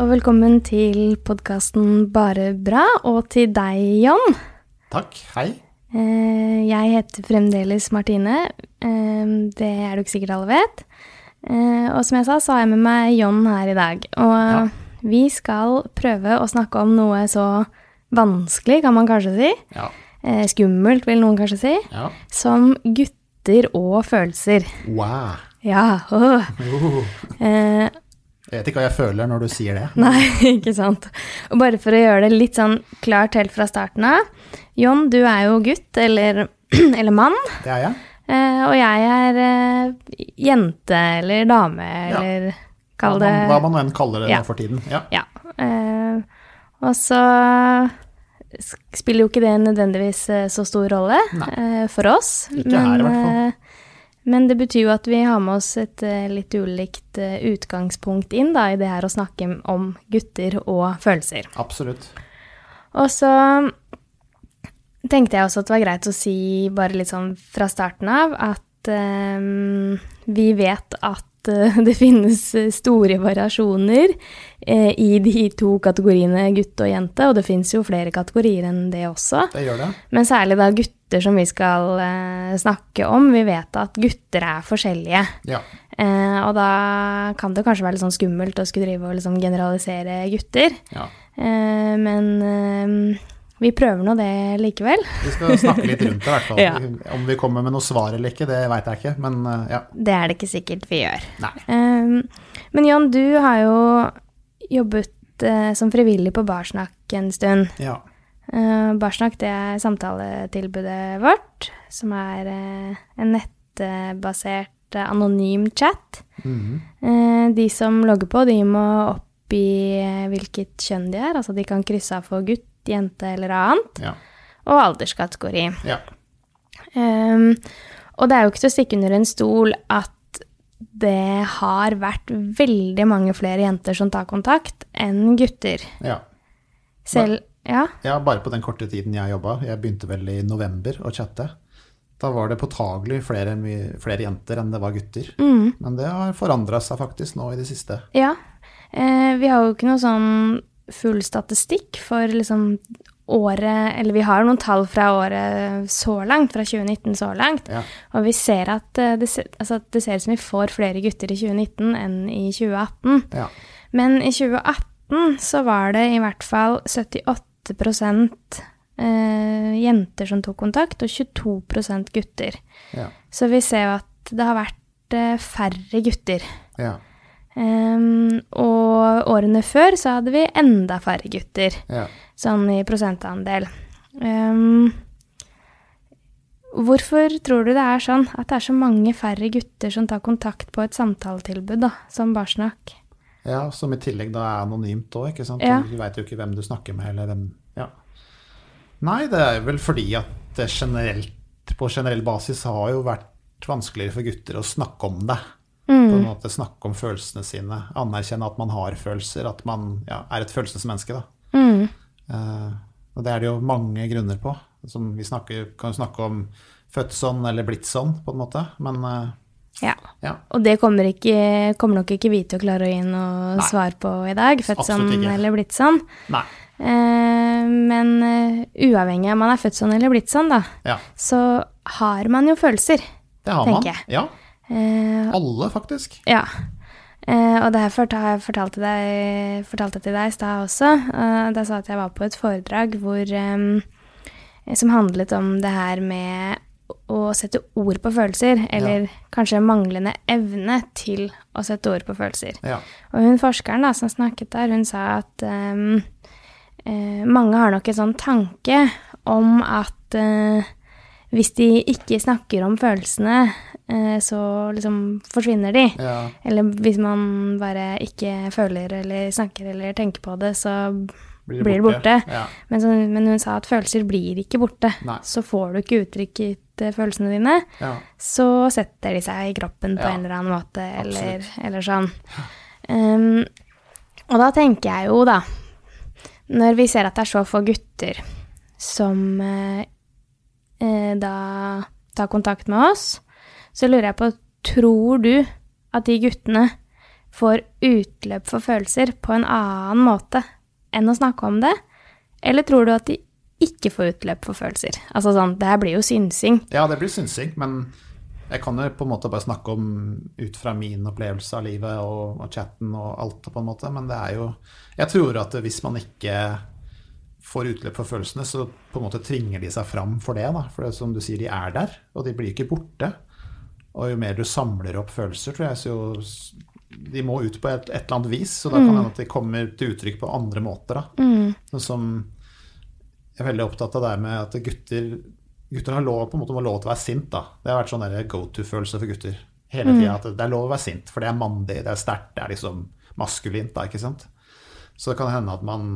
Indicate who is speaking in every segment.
Speaker 1: og velkommen til podkasten Bare bra, og til deg, Jan.
Speaker 2: Takk. Hei.
Speaker 1: Eh, Jeg heter fremdeles Martine. Eh, Det er du ikke sikkert alle vet. Eh, Og som jeg sa, så har jeg med meg Jon her i dag. Og vi skal prøve å snakke om noe så vanskelig, kan man kanskje si.
Speaker 2: Ja.
Speaker 1: Eh, Skummelt, vil noen kanskje si.
Speaker 2: ja.
Speaker 1: Som gutter og følelser.
Speaker 2: Wow.
Speaker 1: Ja. åh.
Speaker 2: Uh.
Speaker 1: Eh,
Speaker 2: Jeg vet ikke hva jeg føler når du sier det.
Speaker 1: Nei, ikke sant. Og bare for å gjøre det litt sånn klart helt fra starten av. Jon, du er jo gutt, eller, eller mann.
Speaker 2: Det er jeg.
Speaker 1: eh, Og jeg er eh, jente eller dame,
Speaker 2: Ja.
Speaker 1: eller
Speaker 2: Hva
Speaker 1: kall det
Speaker 2: man, hva man enn kaller det
Speaker 1: Ja.
Speaker 2: for tiden. Ja.
Speaker 1: Ja. eh, Og så s- spiller jo ikke det nødvendigvis eh, så stor rolle eh, for oss.
Speaker 2: Ikke her, i hvert fall.
Speaker 1: eh, Men det betyr jo at vi har med oss et eh, litt ulikt eh, utgangspunkt inn da, i det her å snakke om gutter og følelser.
Speaker 2: Absolutt.
Speaker 1: Og så tenkte jeg også at det var greit å si bare litt sånn fra starten av at eh, vi vet at eh, det finnes store variasjoner eh, i de to kategoriene gutt og jente, og det finnes jo flere kategorier enn det også.
Speaker 2: Det gjør det.
Speaker 1: Men særlig da gutter som vi skal eh, snakke om, vi vet at gutter er forskjellige.
Speaker 2: Ja.
Speaker 1: Eh, og da kan det kanskje være litt sånn skummelt å skulle drive og liksom generalisere gutter.
Speaker 2: ja.
Speaker 1: Eh, men eh, vi prøver nå det likevel.
Speaker 2: Vi skal snakke litt rundt det, i hvert fall.
Speaker 1: Ja.
Speaker 2: Om vi kommer med noe svar eller ikke, det veit jeg ikke. Men eh, ja.
Speaker 1: Det er det ikke sikkert vi gjør.
Speaker 2: Nei.
Speaker 1: Eh, men Jan, du har jo jobbet eh, som frivillig på Barsnakk en stund.
Speaker 2: Ja.
Speaker 1: Eh, Barsnakk det er samtaletilbudet vårt, som er eh, en nettbasert eh, anonym chat.
Speaker 2: Mhm.
Speaker 1: Eh, de som logger på, de må oppgi eh, hvilket kjønn de er. Altså de kan krysse av for gutt, jente eller annet.
Speaker 2: ja.
Speaker 1: Og alderskategori.
Speaker 2: ja.
Speaker 1: Ehm, og det er jo ikke til å stikke under en stol at det har vært veldig mange flere jenter som tar kontakt enn gutter.
Speaker 2: Ja.
Speaker 1: Selv Ja.
Speaker 2: ja. Bare på den korte tiden jeg jobba. Jeg begynte vel i november å chatte. Da var det påtagelig flere, my- flere jenter enn det var gutter.
Speaker 1: Mm,
Speaker 2: Men det har forandra seg faktisk nå i det siste.
Speaker 1: ja. Eh, vi har jo ikke noe sånn full statistikk for liksom året Eller vi har noen tall fra året så langt, fra 2019 så langt.
Speaker 2: Ja.
Speaker 1: Og vi ser at eh, det, ser- altså at det ser ut som vi får flere gutter i 2019 enn i 2018.
Speaker 2: Ja.
Speaker 1: Men i 2018 så var det i hvert fall 78 eh, jenter som tok kontakt, og 22 gutter.
Speaker 2: Ja.
Speaker 1: Så vi ser jo at det har vært eh, færre gutter.
Speaker 2: Ja.
Speaker 1: Ehm, og årene før så hadde vi enda færre gutter,
Speaker 2: ja.
Speaker 1: sånn i prosentandel. Ehm, hvorfor tror du det er sånn at det er så mange færre gutter som tar kontakt på et samtaletilbud, da, som Barsnakk?
Speaker 2: Ja, som i tillegg da er anonymt òg, ikke sant.
Speaker 1: Ja.
Speaker 2: Du veit jo ikke hvem du snakker med, eller hvem Ja. Nei, det er vel fordi at det generelt, på generell basis har jo vært vanskeligere for gutter å snakke om det.
Speaker 1: Mm,
Speaker 2: På en måte snakke om følelsene sine. Anerkjenne at man har følelser, at man ja, er et følelsesmenneske, da.
Speaker 1: Mm.
Speaker 2: Eh, og det er det jo mange grunner på. Som vi snakker, kan jo snakke om født sånn eller blitt sånn, på en måte. Men eh,
Speaker 1: Ja.
Speaker 2: ja.
Speaker 1: Og det kommer, ikke, kommer nok ikke vi til å klare å gi noe
Speaker 2: Nei.
Speaker 1: svar på i dag, født
Speaker 2: Absolutt
Speaker 1: sånn
Speaker 2: ikke.
Speaker 1: eller blitt sånn.
Speaker 2: Nei.
Speaker 1: Eh, men eh, uavhengig av om man er født sånn eller blitt sånn, da,
Speaker 2: Ja.
Speaker 1: så har man jo følelser.
Speaker 2: Det har man.
Speaker 1: Tenker jeg.
Speaker 2: Ja.
Speaker 1: Eh,
Speaker 2: Alle, faktisk.
Speaker 1: ja. Eh, og det her fort- har jeg fortalt til deg, fortalte til deg i stad også. Eh, da sa jeg at jeg var på et foredrag hvor, eh, som handlet om det her med å sette ord på følelser, eller kanskje manglende evne til å sette ord på følelser.
Speaker 2: Ja.
Speaker 1: Og hun forskeren da, som snakket der, hun sa at ehm, eh, mange har nok en sånn tanke om at eh, hvis de ikke snakker om følelsene, eh, så liksom forsvinner de.
Speaker 2: Ja.
Speaker 1: Eller hvis man bare ikke føler eller snakker eller tenker på det, så blir det borte.
Speaker 2: Ja.
Speaker 1: Men, så, men hun sa at følelser blir ikke borte.
Speaker 2: Nei.
Speaker 1: Så får du ikke uttrykket eh, følelsene dine,
Speaker 2: Ja.
Speaker 1: så setter de seg i kroppen på
Speaker 2: Ja,
Speaker 1: en eller annen måte, eller,
Speaker 2: absolutt.
Speaker 1: eller sånn. Um, og da tenker jeg jo, da Når vi ser at det er så få gutter som eh, eh, da tar kontakt med oss, så lurer jeg på Tror du at de guttene får utløp for følelser på en annen måte enn å snakke om det? Eller tror du at de ikke får utløp for følelser? Altså sånn, det her blir jo synsing.
Speaker 2: Ja, det blir synsing, men jeg kan jo på en måte bare snakke om ut fra min opplevelse av livet og, og chatten og alt, på en måte, men det er jo Jeg tror at hvis man ikke får utløp for følelsene, så på en måte tvinger de seg fram for det. Da. For det, som du sier, de er der, og de blir ikke borte. Og jo mer du samler opp følelser, tror jeg, så jo de må ut på et, et eller annet vis. Så da
Speaker 1: Mm.
Speaker 2: kan det hende at de kommer til uttrykk på andre måter. Da. Sånn som jeg er veldig opptatt av det her med at gutter, gutter har lov, på en måte, må lov til å være sint. Da. Det har vært sånn der go to-følelse for gutter hele tida. At det er lov å være sint, for det er mandig, det er sterkt, det er liksom maskulint. Da, ikke sant? Så det kan hende at man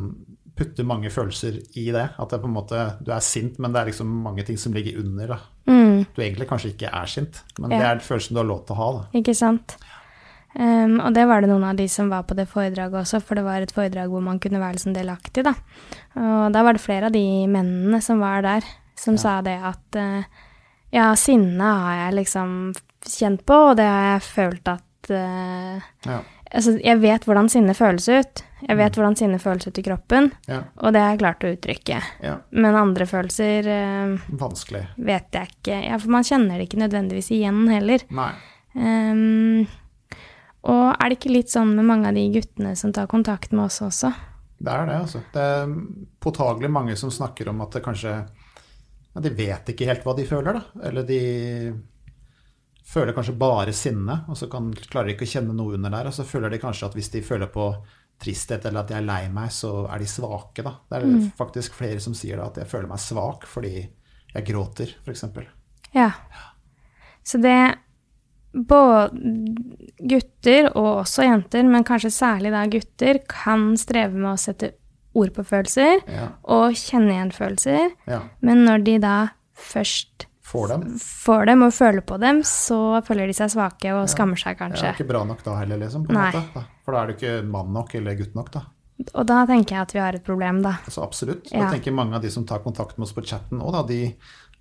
Speaker 2: putter mange følelser i det. At det er på en måte, du er sint, men det er liksom mange ting som ligger under. Da.
Speaker 1: Mm.
Speaker 2: Du egentlig kanskje ikke er sint, men det
Speaker 1: Ja.
Speaker 2: er følelsen du har lov til å ha. Da.
Speaker 1: Ikke sant? Ehm, og det var det noen av de som var på det foredraget også, for det var et foredrag hvor man kunne være liksom delaktig, da. Og da var det flere av de mennene som var der, som sa det at eh, ja, sinne har jeg liksom kjent på, og det har jeg følt at eh,
Speaker 2: Ja,
Speaker 1: Altså, jeg vet hvordan sinne føles ut. Jeg vet hvordan sinne føles ut i kroppen,
Speaker 2: ja,
Speaker 1: og det har jeg klart å uttrykke.
Speaker 2: ja.
Speaker 1: Men andre følelser eh,
Speaker 2: Vanskelig.
Speaker 1: vet jeg ikke. Ja, for man kjenner det ikke nødvendigvis igjen heller.
Speaker 2: Nei.
Speaker 1: Ehm, og er det ikke litt sånn med mange av de guttene som tar kontakt med oss også?
Speaker 2: Det er det, altså. Det er påtagelig mange som snakker om at det kanskje ja, De vet ikke helt hva de føler, da. Eller de føler kanskje bare sinne, og så kan, klarer de ikke å kjenne noe under der. Og så føler de kanskje at hvis de føler på tristhet eller at de er lei meg, så er de svake, da. Det er
Speaker 1: Mm.
Speaker 2: faktisk flere som sier da at jeg føler meg svak fordi jeg gråter, f.eks.
Speaker 1: Ja. Så det Både gutter og også jenter, men kanskje særlig da gutter, kan streve med å sette ord på følelser
Speaker 2: Ja,
Speaker 1: og kjenne igjen følelser.
Speaker 2: ja.
Speaker 1: Men når de da først
Speaker 2: Får dem.
Speaker 1: får dem og føler på dem, så føler de seg svake og skammer seg
Speaker 2: Jeg
Speaker 1: kanskje.
Speaker 2: er ikke bra nok da heller, liksom. På en
Speaker 1: Nei.
Speaker 2: måte, da. For da er du ikke mann nok eller gutt nok, da.
Speaker 1: Og da tenker jeg at vi har et problem, da.
Speaker 2: Altså absolutt.
Speaker 1: Ja.
Speaker 2: Jeg tenker mange av de som tar kontakt med oss på chatten nå, da, de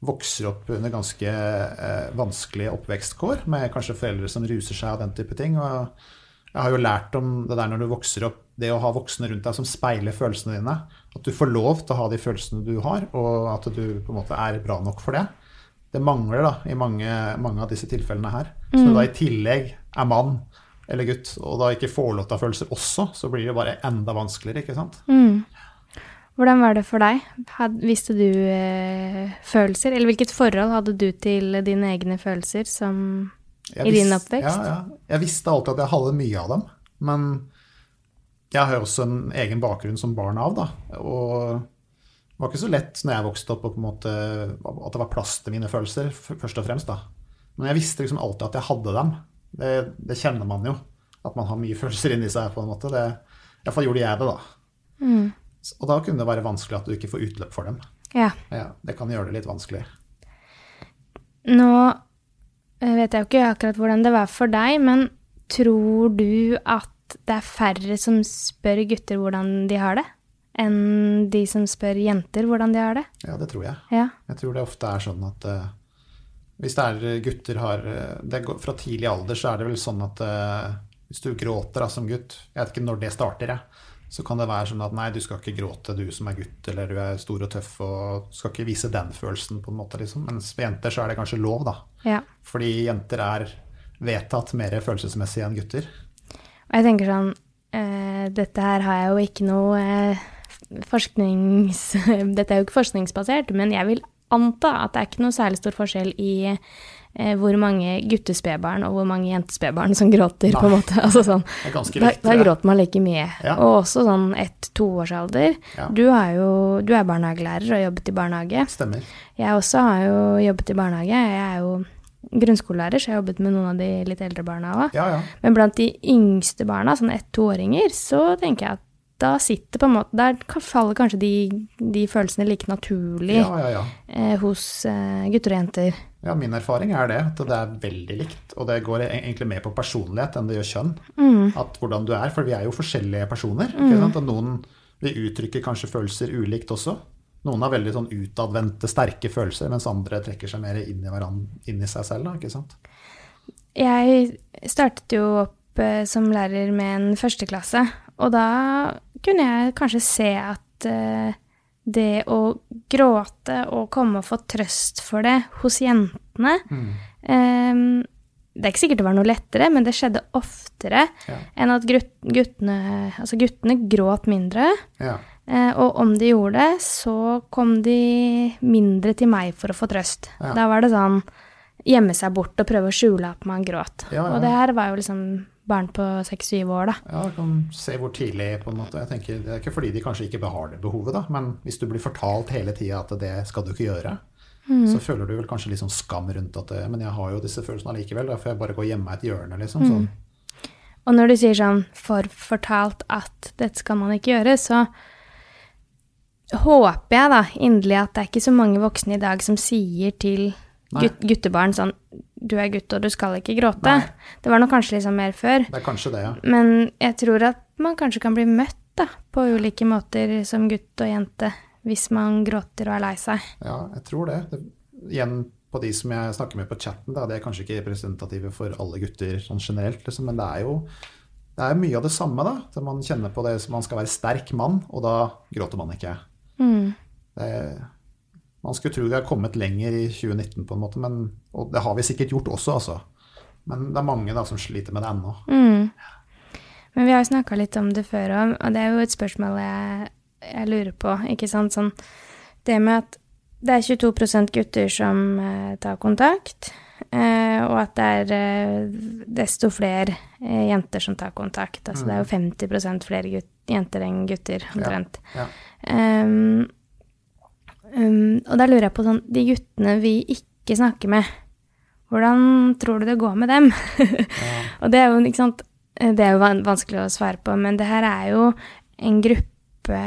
Speaker 2: vokser opp under ganske eh, vanskelige oppvekstkår, med kanskje foreldre som ruser seg og den type ting. Og jeg har jo lært om det der når du vokser opp, det å ha voksne rundt deg som speiler følelsene dine. At du får lov til å ha de følelsene du har, og at du på en måte er bra nok for det. Det mangler da i mange, mange av disse tilfellene her. Så når du da i tillegg er mann eller gutt, og da ikke får lov til å ha følelser også, så blir det bare enda vanskeligere, ikke sant?
Speaker 1: Mm. Hvordan var det for deg? Had, visste du eh, følelser? Eller hvilket forhold hadde du til dine egne følelser som
Speaker 2: Jeg
Speaker 1: I din
Speaker 2: visst-
Speaker 1: oppvekst?
Speaker 2: Ja, ja. Jeg visste alltid at jeg hadde mye av dem. Men jeg har jo også en egen bakgrunn som barn av, da. Og det var ikke så lett når jeg vokste opp, og på en måte, at det var plass til mine følelser, f- først og fremst. da. Men jeg visste liksom alltid at jeg hadde dem. Det, det kjenner man jo. At man har mye følelser inni seg, på en måte. Det, I hvert fall gjorde jeg det, da. S- Og da kunne det være vanskelig at du ikke får utløp for dem.
Speaker 1: Ja.
Speaker 2: Ja, det kan gjøre det litt vanskelig.
Speaker 1: Nå eh, vet jeg jo ikke akkurat hvordan det var for deg, men tror du at det er færre som spør gutter hvordan de har det, enn de som spør jenter hvordan de har det?
Speaker 2: Ja, det tror jeg.
Speaker 1: Ja.
Speaker 2: Jeg tror det ofte er sånn at eh, hvis det er gutter har eh, det går, Fra tidlig alder så er det vel sånn at eh, hvis du gråter da, som gutt Jeg vet ikke når det starter, jeg. Så kan det være sånn at nei, du skal ikke gråte, du som er gutt, eller du er stor og tøff og skal ikke vise den følelsen, på en måte, liksom. Mens med jenter så er det kanskje lov, da.
Speaker 1: ja.
Speaker 2: Fordi jenter er vedtatt mer følelsesmessig enn gutter.
Speaker 1: Og jeg tenker sånn eh, Dette her har jeg jo ikke noe eh, forsknings... Dette er jo ikke forskningsbasert, men jeg vil anta at det er ikke noe særlig stor forskjell i eh, hvor mange guttespedbarn og hvor mange jentespedbarn som gråter, på en måte. Altså sånn.
Speaker 2: Det er ganske
Speaker 1: Da,
Speaker 2: likt,
Speaker 1: da
Speaker 2: tror jeg.
Speaker 1: gråter man like mye.
Speaker 2: Ja.
Speaker 1: Og også sånn ett-toårsalder.
Speaker 2: Ja.
Speaker 1: Du er jo du er barnehagelærer og har jobbet i barnehage.
Speaker 2: Stemmer.
Speaker 1: Jeg også har jo jobbet i barnehage. Jeg er jo grunnskolelærer, så jeg har jobbet med noen av de litt eldre barna òg.
Speaker 2: Ja, ja.
Speaker 1: Men blant de yngste barna, sånn ett-toåringer, så tenker jeg at da sitter på en måte, der kan- faller kanskje de, de følelsene like naturlig
Speaker 2: Ja, ja, ja.
Speaker 1: eh, hos eh, gutter og jenter.
Speaker 2: Ja, min erfaring er det. At det er veldig likt. Og det går e- egentlig mer på personlighet enn det gjør kjønn. At hvordan du er, For vi er jo forskjellige personer. Ikke sant? Og noen vi uttrykker kanskje følelser ulikt også. Noen har veldig sånn utadvendte, sterke følelser, mens andre trekker seg mer inn i, hverandre, inn i seg selv. Da, ikke sant?
Speaker 1: Jeg startet jo opp eh, som lærer med en førsteklasse. Og da kunne jeg kanskje se at eh, det å gråte og komme og få trøst for det hos jentene eh, Det er ikke sikkert det var noe lettere, men det skjedde oftere
Speaker 2: Ja.
Speaker 1: enn at grut- guttene, altså guttene gråt mindre.
Speaker 2: Ja.
Speaker 1: Eh, og om de gjorde det, så kom de mindre til meg for å få trøst.
Speaker 2: Ja.
Speaker 1: Da var det sånn gjemme seg bort og prøve å skjule at man gråt.
Speaker 2: Ja, ja.
Speaker 1: Og det her var jo liksom barn på seks-syv år, da.
Speaker 2: Ja, du kan se hvor tidlig på en måte. Jeg tenker, Det er ikke fordi de kanskje ikke har det behovet, da, men hvis du blir fortalt hele tida at det skal du ikke gjøre, så føler du vel kanskje litt sånn skam rundt at det, Men jeg har jo disse følelsene allikevel, da får jeg bare gå og gjemme meg i et hjørne, liksom. Sånn.
Speaker 1: Og når du sier sånn for fortalt at dette skal man ikke gjøre, så håper jeg da inderlig at det er ikke så mange voksne i dag som sier til
Speaker 2: Nei.
Speaker 1: gut guttebarn sånn Du er gutt, og du skal ikke gråte.
Speaker 2: Nei.
Speaker 1: Det var nok kanskje liksom mer før.
Speaker 2: Det er kanskje det, ja.
Speaker 1: Men jeg tror at man kanskje kan bli møtt da, på ulike måter som gutt og jente hvis man gråter og er lei seg.
Speaker 2: ja jeg tror det. det. Igjen på de som jeg snakker med på chatten, da, det er kanskje ikke representative for alle gutter sånn generelt, liksom, men det er jo det er mye av det samme. da, at Man kjenner på det som man skal være sterk mann, og da gråter man ikke.
Speaker 1: Mm.
Speaker 2: Det, man skulle tro vi har kommet lenger i 2019, på en måte, men, og det har vi sikkert gjort også, altså. Men det er mange da som sliter med det ennå.
Speaker 1: Mm. Men vi har jo snakka litt om det før òg, og det er jo et spørsmål jeg, jeg lurer på. ikke sant? Sånn, det med at det er 22 gutter som eh, tar kontakt, eh, og at det er eh, desto flere eh, jenter som tar kontakt. Altså det er jo 50 flere gut jenter enn gutter, omtrent.
Speaker 2: Mm. Ja.
Speaker 1: Ehm, um, og da lurer jeg på sånn, de guttene vi ikke snakker med, hvordan tror du det går med dem? og det er jo, ikke sant, eh, det er jo van- vanskelig å svare på, men det her er jo en gruppe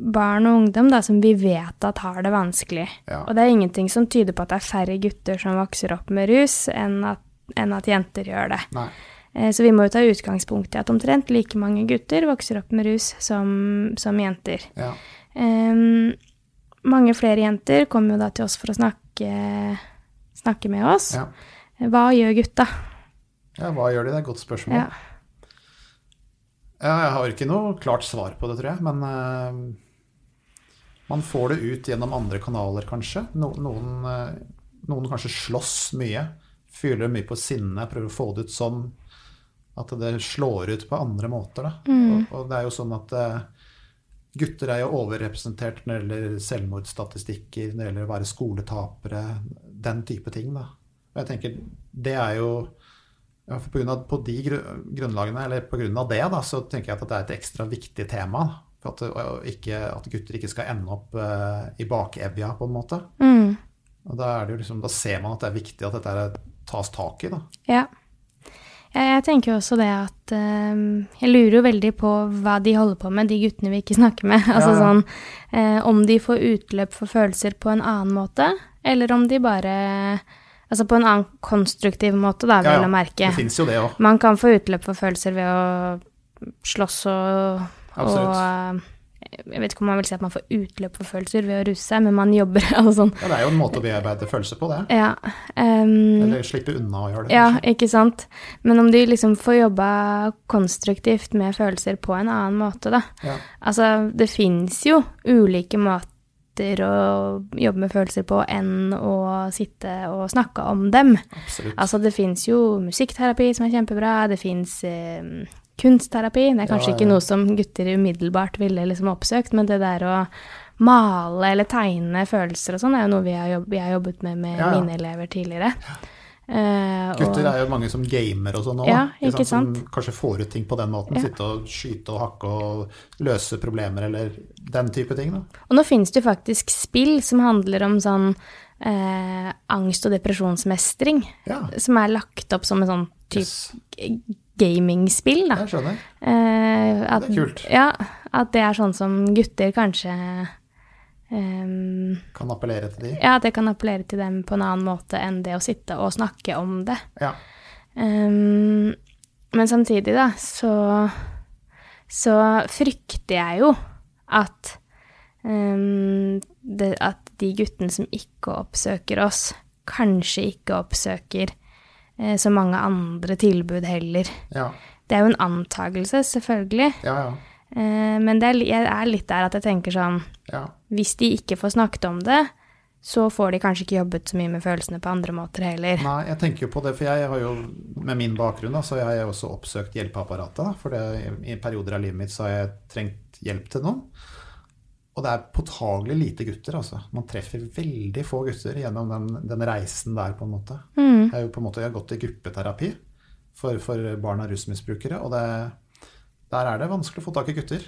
Speaker 1: barn og ungdom da, som vi vet at har det vanskelig.
Speaker 2: Ja.
Speaker 1: Og det er ingenting som tyder på at det er færre gutter som vokser opp med rus enn at, enn at jenter gjør det.
Speaker 2: Nei.
Speaker 1: Eh, Så vi må jo ta utgangspunkt i at omtrent like mange gutter vokser opp med rus som, som jenter.
Speaker 2: Ja.
Speaker 1: Ehm, mange flere jenter kommer jo da til oss for å snakke, snakke med oss.
Speaker 2: Ja.
Speaker 1: Hva gjør gutta?
Speaker 2: ja, hva gjør de? Det er et godt spørsmål.
Speaker 1: Ja.
Speaker 2: Ja, jeg har ikke noe klart svar på det, tror jeg. Men eh, man får det ut gjennom andre kanaler, kanskje. No, noen, eh, noen kanskje slåss mye. Fyler mye på sinne, prøver å få det ut sånn at det slår ut på andre måter. Da. Og, og det er jo sånn at eh, gutter er jo overrepresentert når det gjelder selvmordsstatistikker, når det gjelder å være skoletapere, den type ting. Da. Og jeg tenker, det er jo ja, for på, grunn av, på de gru- grunnlagene, eller på grunn av det, da, så tenker jeg at det er et ekstra viktig tema. da. For at, og ikke, at gutter ikke skal ende opp eh, i bakevja, på en måte.
Speaker 1: Mm.
Speaker 2: Og da, er det jo liksom, da ser man at det er viktig at dette er, tas tak i. Da.
Speaker 1: Ja. Jeg, jeg tenker jo også det at ehm, Jeg lurer jo veldig på hva de holder på med, de guttene vi ikke snakker med. Altså
Speaker 2: Ja, ja.
Speaker 1: sånn eh, Om de får utløp for følelser på en annen måte, eller om de bare Altså på en annen konstruktiv måte, da, vel
Speaker 2: Ja, ja.
Speaker 1: å merke.
Speaker 2: Det fins jo det òg.
Speaker 1: Man kan få utløp for følelser ved å slåss og, og
Speaker 2: Absolutt.
Speaker 1: eh, Jeg vet ikke om man vil si at man får utløp for følelser ved å ruse seg, men man jobber altså sånn.
Speaker 2: Ja, det er jo en måte å bearbeide følelser på, det.
Speaker 1: Ja. ehm,
Speaker 2: Eller slippe unna å gjøre det.
Speaker 1: ja,
Speaker 2: kanskje.
Speaker 1: ikke sant. Men om de liksom får jobba konstruktivt med følelser på en annen måte, da.
Speaker 2: Ja.
Speaker 1: Altså, det fins jo ulike måter å jobbe med følelser på enn å sitte og snakke om dem.
Speaker 2: Absolutt.
Speaker 1: Altså, det fins jo musikkterapi som er kjempebra, det fins eh, kunstterapi. Det er kanskje
Speaker 2: Ja, ja.
Speaker 1: ikke noe som gutter umiddelbart ville liksom oppsøkt, men det der å male eller tegne følelser og sånn, er jo noe vi har jobb, jeg har jobbet med med
Speaker 2: Ja, ja.
Speaker 1: mine elever tidligere. Eh, og-
Speaker 2: Gutter er jo mange som gamer og sånn òg.
Speaker 1: Ja, ikke
Speaker 2: Som kanskje får ut ting på den måten. Sitte og skyte og hakke og løse problemer eller den type ting. Da.
Speaker 1: Og nå finnes det jo faktisk spill som handler om sånn eh, angst- og depresjonsmestring,
Speaker 2: Ja.
Speaker 1: som er lagt opp som en sånn type
Speaker 2: Yes.
Speaker 1: gamingspill, da.
Speaker 2: Jeg skjønner.
Speaker 1: Eh, at,
Speaker 2: Det er kult.
Speaker 1: Ja, at det er sånn som gutter kanskje ehm,
Speaker 2: Kan appellere til de.
Speaker 1: Ja, at det kan appellere til dem på en annen måte enn det å sitte og snakke om det.
Speaker 2: Ja.
Speaker 1: Ehm, men samtidig, da, så Så frykter jeg jo at ehm, det, At de guttene som ikke oppsøker oss, kanskje ikke oppsøker eh, så mange andre tilbud heller.
Speaker 2: Ja,
Speaker 1: Det er jo en antagelse, selvfølgelig,
Speaker 2: ja, ja.
Speaker 1: eh, men det er, li- jeg er litt der at jeg tenker sånn
Speaker 2: ja.
Speaker 1: Hvis de ikke får snakket om det, så får de kanskje ikke jobbet så mye med følelsene på andre måter heller.
Speaker 2: Nei, jeg tenker jo på det, for jeg har jo med min bakgrunn da, så har jeg også oppsøkt hjelpeapparatet. Da, for det, i perioder av livet mitt så har jeg trengt hjelp til noen. Og det er påtagelig lite gutter, altså. Man treffer veldig få gutter gjennom den, den reisen der, på en måte.
Speaker 1: Mm.
Speaker 2: Jeg, er jo på en måte jeg har gått i gruppeterapi for, for barn av rusmisbrukere, og det, der er det vanskelig å få tak i gutter.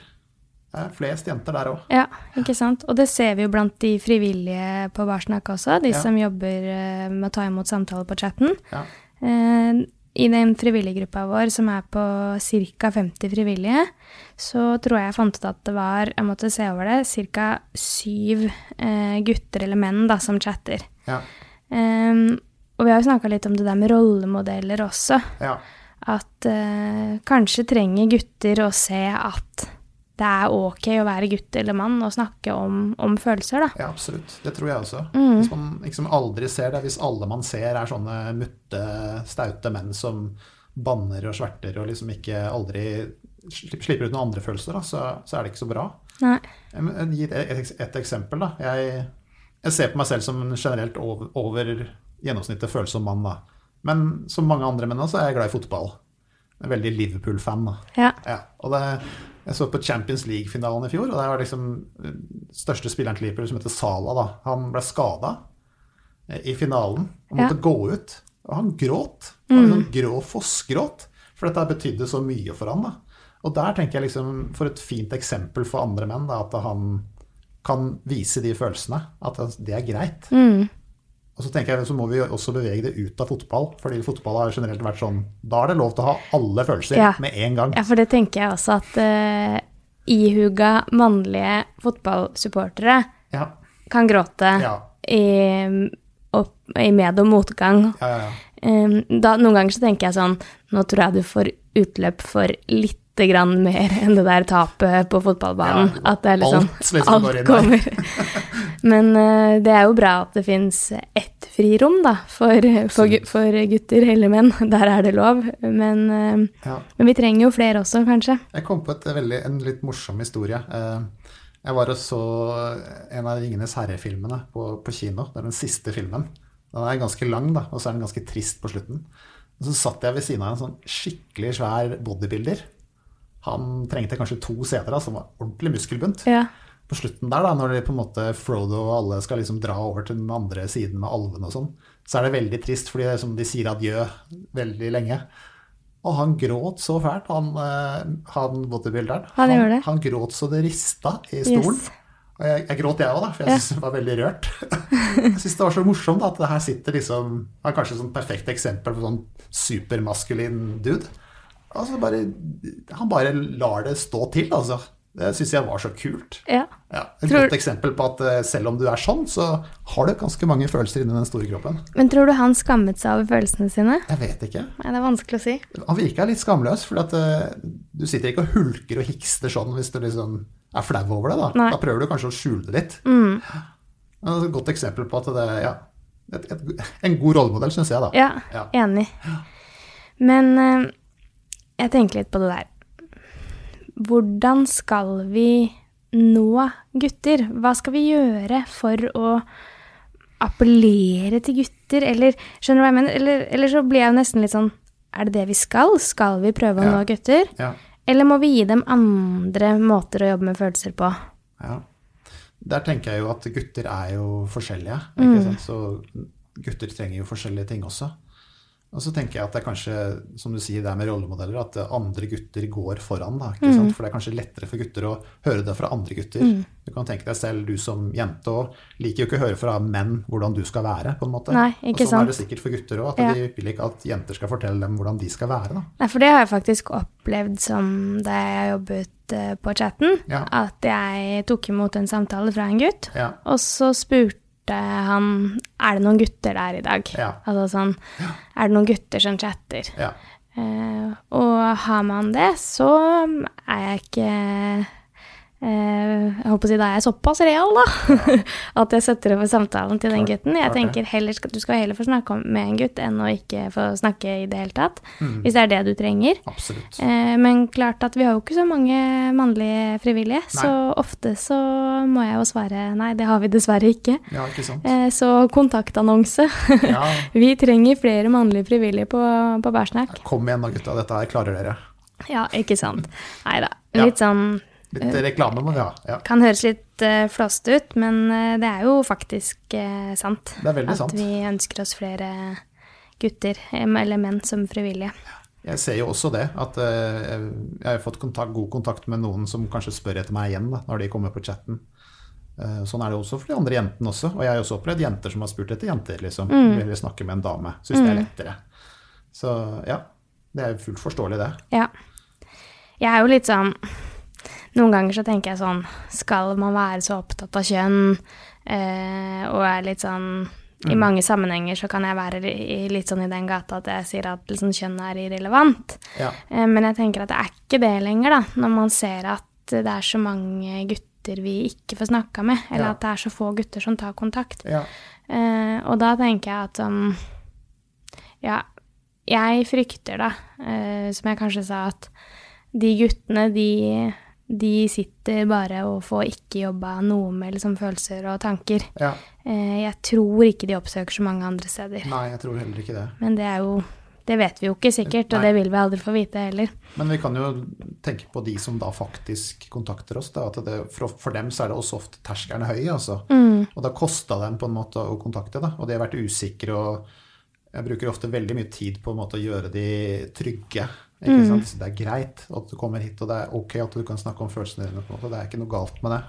Speaker 2: Det er flest jenter der òg.
Speaker 1: Ja, ikke sant? Og det ser vi jo blant de frivillige på Barsnakk også, de
Speaker 2: Ja.
Speaker 1: som jobber eh, med å ta imot samtaler på chatten.
Speaker 2: Ja.
Speaker 1: Eh, I den frivilliggruppa vår, som er på ca. 50 frivillige, så tror jeg jeg fant ut at det var jeg måtte se over det, ca. syv eh, gutter eller menn da, som chatter.
Speaker 2: Ja.
Speaker 1: Ehm, og vi har jo snakka litt om det der med rollemodeller også.
Speaker 2: ja.
Speaker 1: At eh, kanskje trenger gutter å se at det er ok å være gutt eller mann og snakke om, om følelser, da.
Speaker 2: Ja, absolutt. Det tror jeg også. Hvis man liksom aldri ser det, hvis alle man ser er sånne mutte, staute menn som banner og sverter og liksom ikke aldri sli- slipper ut noen andre følelser, da, så, så er det ikke så bra.
Speaker 1: Nei.
Speaker 2: Jeg må gi deg et, eks- et eksempel. da. Jeg, jeg ser på meg selv som en generelt over, over gjennomsnittet følsom mann. da. Men som mange andre menn også er jeg glad i fotball. Jeg er veldig Liverpool-fan. da.
Speaker 1: Ja.
Speaker 2: Ja, og det, jeg så på Champions League-finalen i fjor, og der var liksom eh, største spilleren til Liverpool, som heter Sala, da. Han ble skada i finalen og måtte
Speaker 1: Ja. Mm.
Speaker 2: gå ut. Og han gråt. Det var liksom grå fossgråt. For dette betydde så mye for han, da. Og der tenker jeg liksom, for et fint eksempel for andre menn, da, at han kan vise de følelsene. At det er greit.
Speaker 1: Mm.
Speaker 2: Og så tenker jeg, så må vi jo også bevege det ut av fotball. fordi fotball har jo generelt vært sånn Da er det lov til å ha alle følelser
Speaker 1: Ja.
Speaker 2: med en gang.
Speaker 1: ja, for det tenker jeg også at uh, ihuga mannlige fotballsupportere
Speaker 2: Ja.
Speaker 1: kan gråte
Speaker 2: Ja.
Speaker 1: i, opp, i med- og motgang.
Speaker 2: Ja, ja, ja.
Speaker 1: Ehm, da, noen ganger så tenker jeg sånn Nå tror jeg du får utløp for litt grann mer enn det der tapet på fotballbanen.
Speaker 2: Ja,
Speaker 1: at det er liksom
Speaker 2: alt
Speaker 1: Alt,
Speaker 2: liksom går inn der.
Speaker 1: kommer. Men eh, det er jo bra at det fins ett frirom, da, for, for, gu- for gutter eller menn. Der er det lov. Men, eh,
Speaker 2: Ja.
Speaker 1: men vi trenger jo flere også, kanskje.
Speaker 2: Jeg kom på et veldig, en litt morsom historie. Eh, Jeg var og så en av Ringenes herre-filmene på, på kino. Det er den siste filmen. Den er ganske lang, da, og så er den ganske trist på slutten. Og så satt jeg ved siden av en sånn skikkelig svær bodybuilder. Han trengte kanskje to seter, altså, han var ordentlig muskelbunt.
Speaker 1: Ja.
Speaker 2: på slutten der, da, når de på en måte Frodo og alle skal liksom dra over til den andre siden med alvene og sånn, så er det veldig trist, fordi det er som de sier adjø veldig lenge. Og han gråt så fælt, han, eh, han bodybuilderen.
Speaker 1: Han gjorde det.
Speaker 2: han gråt så det rista i stolen.
Speaker 1: Yes.
Speaker 2: Og jeg, jeg gråt jeg òg, da, for jeg syntes det var veldig rørt. jeg syns det var så morsomt da, at det her sitter liksom Han er kanskje et sånn perfekt eksempel på sånn supermaskulin dude. Altså bare, han bare lar det stå til, altså. Det syns jeg var så kult.
Speaker 1: ja.
Speaker 2: Ja, Et
Speaker 1: Tror-
Speaker 2: godt eksempel på at eh, selv om du er sånn, så har du ganske mange følelser inni den store kroppen.
Speaker 1: Men tror du han skammet seg over følelsene sine?
Speaker 2: Jeg vet ikke.
Speaker 1: Nei, det er vanskelig å si.
Speaker 2: Han virka litt skamløs, for du sitter ikke og hulker og hikster sånn hvis du liksom er flau over det. Da
Speaker 1: Nei. Mm.
Speaker 2: Da prøver du kanskje å skjule det litt. Men det er Et godt eksempel på at det ja, et, et, En god rollemodell, syns jeg, da.
Speaker 1: Ja,
Speaker 2: Ja.
Speaker 1: enig. Men eh, jeg tenker litt på det der. Hvordan skal vi nå gutter? Hva skal vi gjøre for å appellere til gutter? Eller, skjønner du hva jeg mener? Eller, eller så blir jeg jo nesten litt sånn Er det det vi skal? Skal vi prøve å nå
Speaker 2: Ja.
Speaker 1: gutter?
Speaker 2: Ja.
Speaker 1: Eller må vi gi dem andre måter å jobbe med følelser på?
Speaker 2: Ja. Der tenker jeg jo at gutter er jo forskjellige.
Speaker 1: Mm.
Speaker 2: Ikke sant? Så gutter trenger jo forskjellige ting også. Og så tenker jeg at det er kanskje, som du sier, det er med rollemodeller, at andre gutter går foran. Da, ikke
Speaker 1: Mm.
Speaker 2: sant? For det er kanskje lettere for gutter å høre det fra andre gutter. Du kan tenke deg selv, du som jente òg, liker jo ikke å høre fra menn hvordan du skal være, på en måte.
Speaker 1: Nei, ikke
Speaker 2: og sånn
Speaker 1: sant.
Speaker 2: er det sikkert for gutter òg, at
Speaker 1: Ja.
Speaker 2: de vil ikke at jenter skal fortelle dem hvordan de skal være. Da.
Speaker 1: Nei, for det har jeg faktisk opplevd som da jeg jobbet eh, på chatten.
Speaker 2: Ja.
Speaker 1: At jeg tok imot en samtale fra en gutt,
Speaker 2: Ja.
Speaker 1: og så spurte han er det noen gutter der i dag.
Speaker 2: Ja.
Speaker 1: Altså sånn Er det noen gutter som chatter?
Speaker 2: Ja.
Speaker 1: Eh, og har man det, så er jeg ikke eh, jeg håper å si da er jeg såpass real, da. At jeg setter over samtalen til den
Speaker 2: Klart-
Speaker 1: gutten. Jeg
Speaker 2: klart det.
Speaker 1: tenker heller, skal- Du skal heller få snakke om- med en gutt enn å ikke få snakke i det hele tatt. Hvis det er det du trenger.
Speaker 2: Mm. Absolutt.
Speaker 1: Eh, Men klart at vi har jo ikke så mange mannlige frivillige, så ofte så må jeg jo svare nei, det har vi dessverre ikke.
Speaker 2: Ja, ikke sant?
Speaker 1: Eh, Så kontaktannonse.
Speaker 2: Ja.
Speaker 1: Vi trenger flere mannlige frivillige på, på Bærsnakk.
Speaker 2: Kom igjen da, gutta. Dette her klarer dere.
Speaker 1: Ja, ikke sant. Nei da.
Speaker 2: Ja.
Speaker 1: Litt sånn
Speaker 2: Litt reklame må vi ha. Ja.
Speaker 1: Kan høres litt eh, flåste ut, men eh, det er jo faktisk eh, sant.
Speaker 2: Det er veldig
Speaker 1: at
Speaker 2: sant.
Speaker 1: vi ønsker oss flere gutter, eh, eller menn, som frivillige.
Speaker 2: Jeg ser jo også det, at eh, jeg har fått kontakt, god kontakt med noen som kanskje spør etter meg igjen da, når de kommer på chatten. Eh, Sånn er det også for de andre jentene også. Og jeg har jo også opplevd jenter som har spurt etter jenter, liksom. Eller snakke med en dame. Syns det er lettere. Så ja, det er jo fullt forståelig, det.
Speaker 1: Ja. Jeg er jo litt sånn Noen ganger så tenker jeg sånn Skal man være så opptatt av kjønn? Eh, og er litt sånn
Speaker 2: Mm.
Speaker 1: I mange sammenhenger så kan jeg være i, litt sånn i den gata at jeg sier at liksom, kjønn er irrelevant.
Speaker 2: Ja.
Speaker 1: Eh, men jeg tenker at det er ikke det lenger, da. Når man ser at det er så mange gutter vi ikke får snakka med, eller
Speaker 2: Ja.
Speaker 1: at det er så få gutter som tar kontakt.
Speaker 2: Ja.
Speaker 1: Eh, og da tenker jeg at sånn Ja, jeg frykter da, eh, som jeg kanskje sa, at de guttene, de, de sitter bare og får ikke jobba noe med liksom, følelser og tanker.
Speaker 2: ja.
Speaker 1: Eh, jeg tror ikke de oppsøker så mange andre steder.
Speaker 2: Nei, jeg tror heller ikke det.
Speaker 1: Men det er jo Det vet vi jo ikke sikkert, og
Speaker 2: Nei.
Speaker 1: det vil vi aldri få vite heller.
Speaker 2: Men vi kan jo tenke på de som da faktisk kontakter oss. Da, at det, for, for dem så er det også ofte terskelen høy. Altså. Og det har kosta dem på en måte å kontakte. Da. Og de har vært usikre. og Jeg bruker ofte veldig mye tid på en måte å gjøre de trygge. Ikke sant? Så det er greit at du kommer hit, og det er ok at du kan snakke om følelsene dine. på en måte, Det er ikke noe galt med det.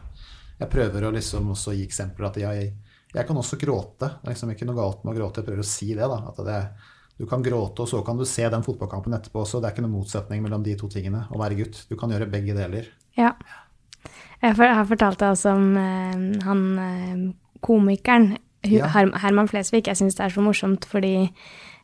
Speaker 2: Jeg prøver å liksom også gi eksempler at jeg, jeg kan også gråte. Det er liksom ikke noe galt med å gråte. Jeg prøver å si det. da, at det du kan gråte, og så kan du se den fotballkampen etterpå også. Det er ikke noen motsetning mellom de to tingene å være gutt. Du kan gjøre begge deler.
Speaker 1: Ja. Jeg for- har fortalt deg også om eh, han eh, komikeren Hu-
Speaker 2: Ja.
Speaker 1: Herm- Herman Flesvig. Jeg syns det er så morsomt fordi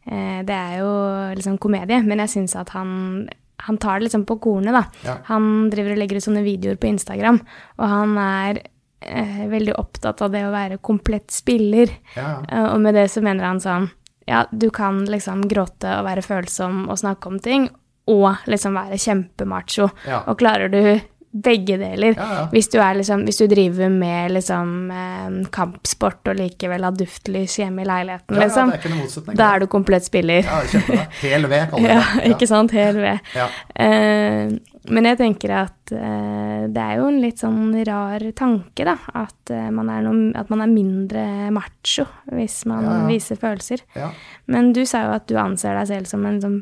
Speaker 1: eh, det er jo liksom komedie, men jeg syns at han han tar det liksom på kornet, da.
Speaker 2: Ja.
Speaker 1: Han driver og legger ut sånne videoer på Instagram, og han er eh, veldig opptatt av det å være komplett spiller.
Speaker 2: Ja, ja.
Speaker 1: Eh, Og med det så mener han sånn Ja, du kan liksom gråte og være følsom og snakke om ting, og liksom være kjempemacho.
Speaker 2: Ja.
Speaker 1: Og klarer du begge deler
Speaker 2: Ja, ja.
Speaker 1: Hvis, du er liksom, hvis du driver med liksom eh, kampsport og likevel har duftlys hjemme i leiligheten,
Speaker 2: Ja, ja,
Speaker 1: liksom,
Speaker 2: det er ikke noen motsetning.
Speaker 1: da er du komplett spiller.
Speaker 2: Ja, kjempebra. Hel ved, kaller
Speaker 1: Ja,
Speaker 2: jeg
Speaker 1: ikke sant? Hel ved.
Speaker 2: Ja.
Speaker 1: Eh, men jeg tenker at eh, det er jo en litt sånn rar tanke, da. At, eh, man, er noe, at man er mindre macho hvis man
Speaker 2: Ja, ja.
Speaker 1: viser følelser.
Speaker 2: Ja,
Speaker 1: Men du sa jo at du anser deg selv som en sånn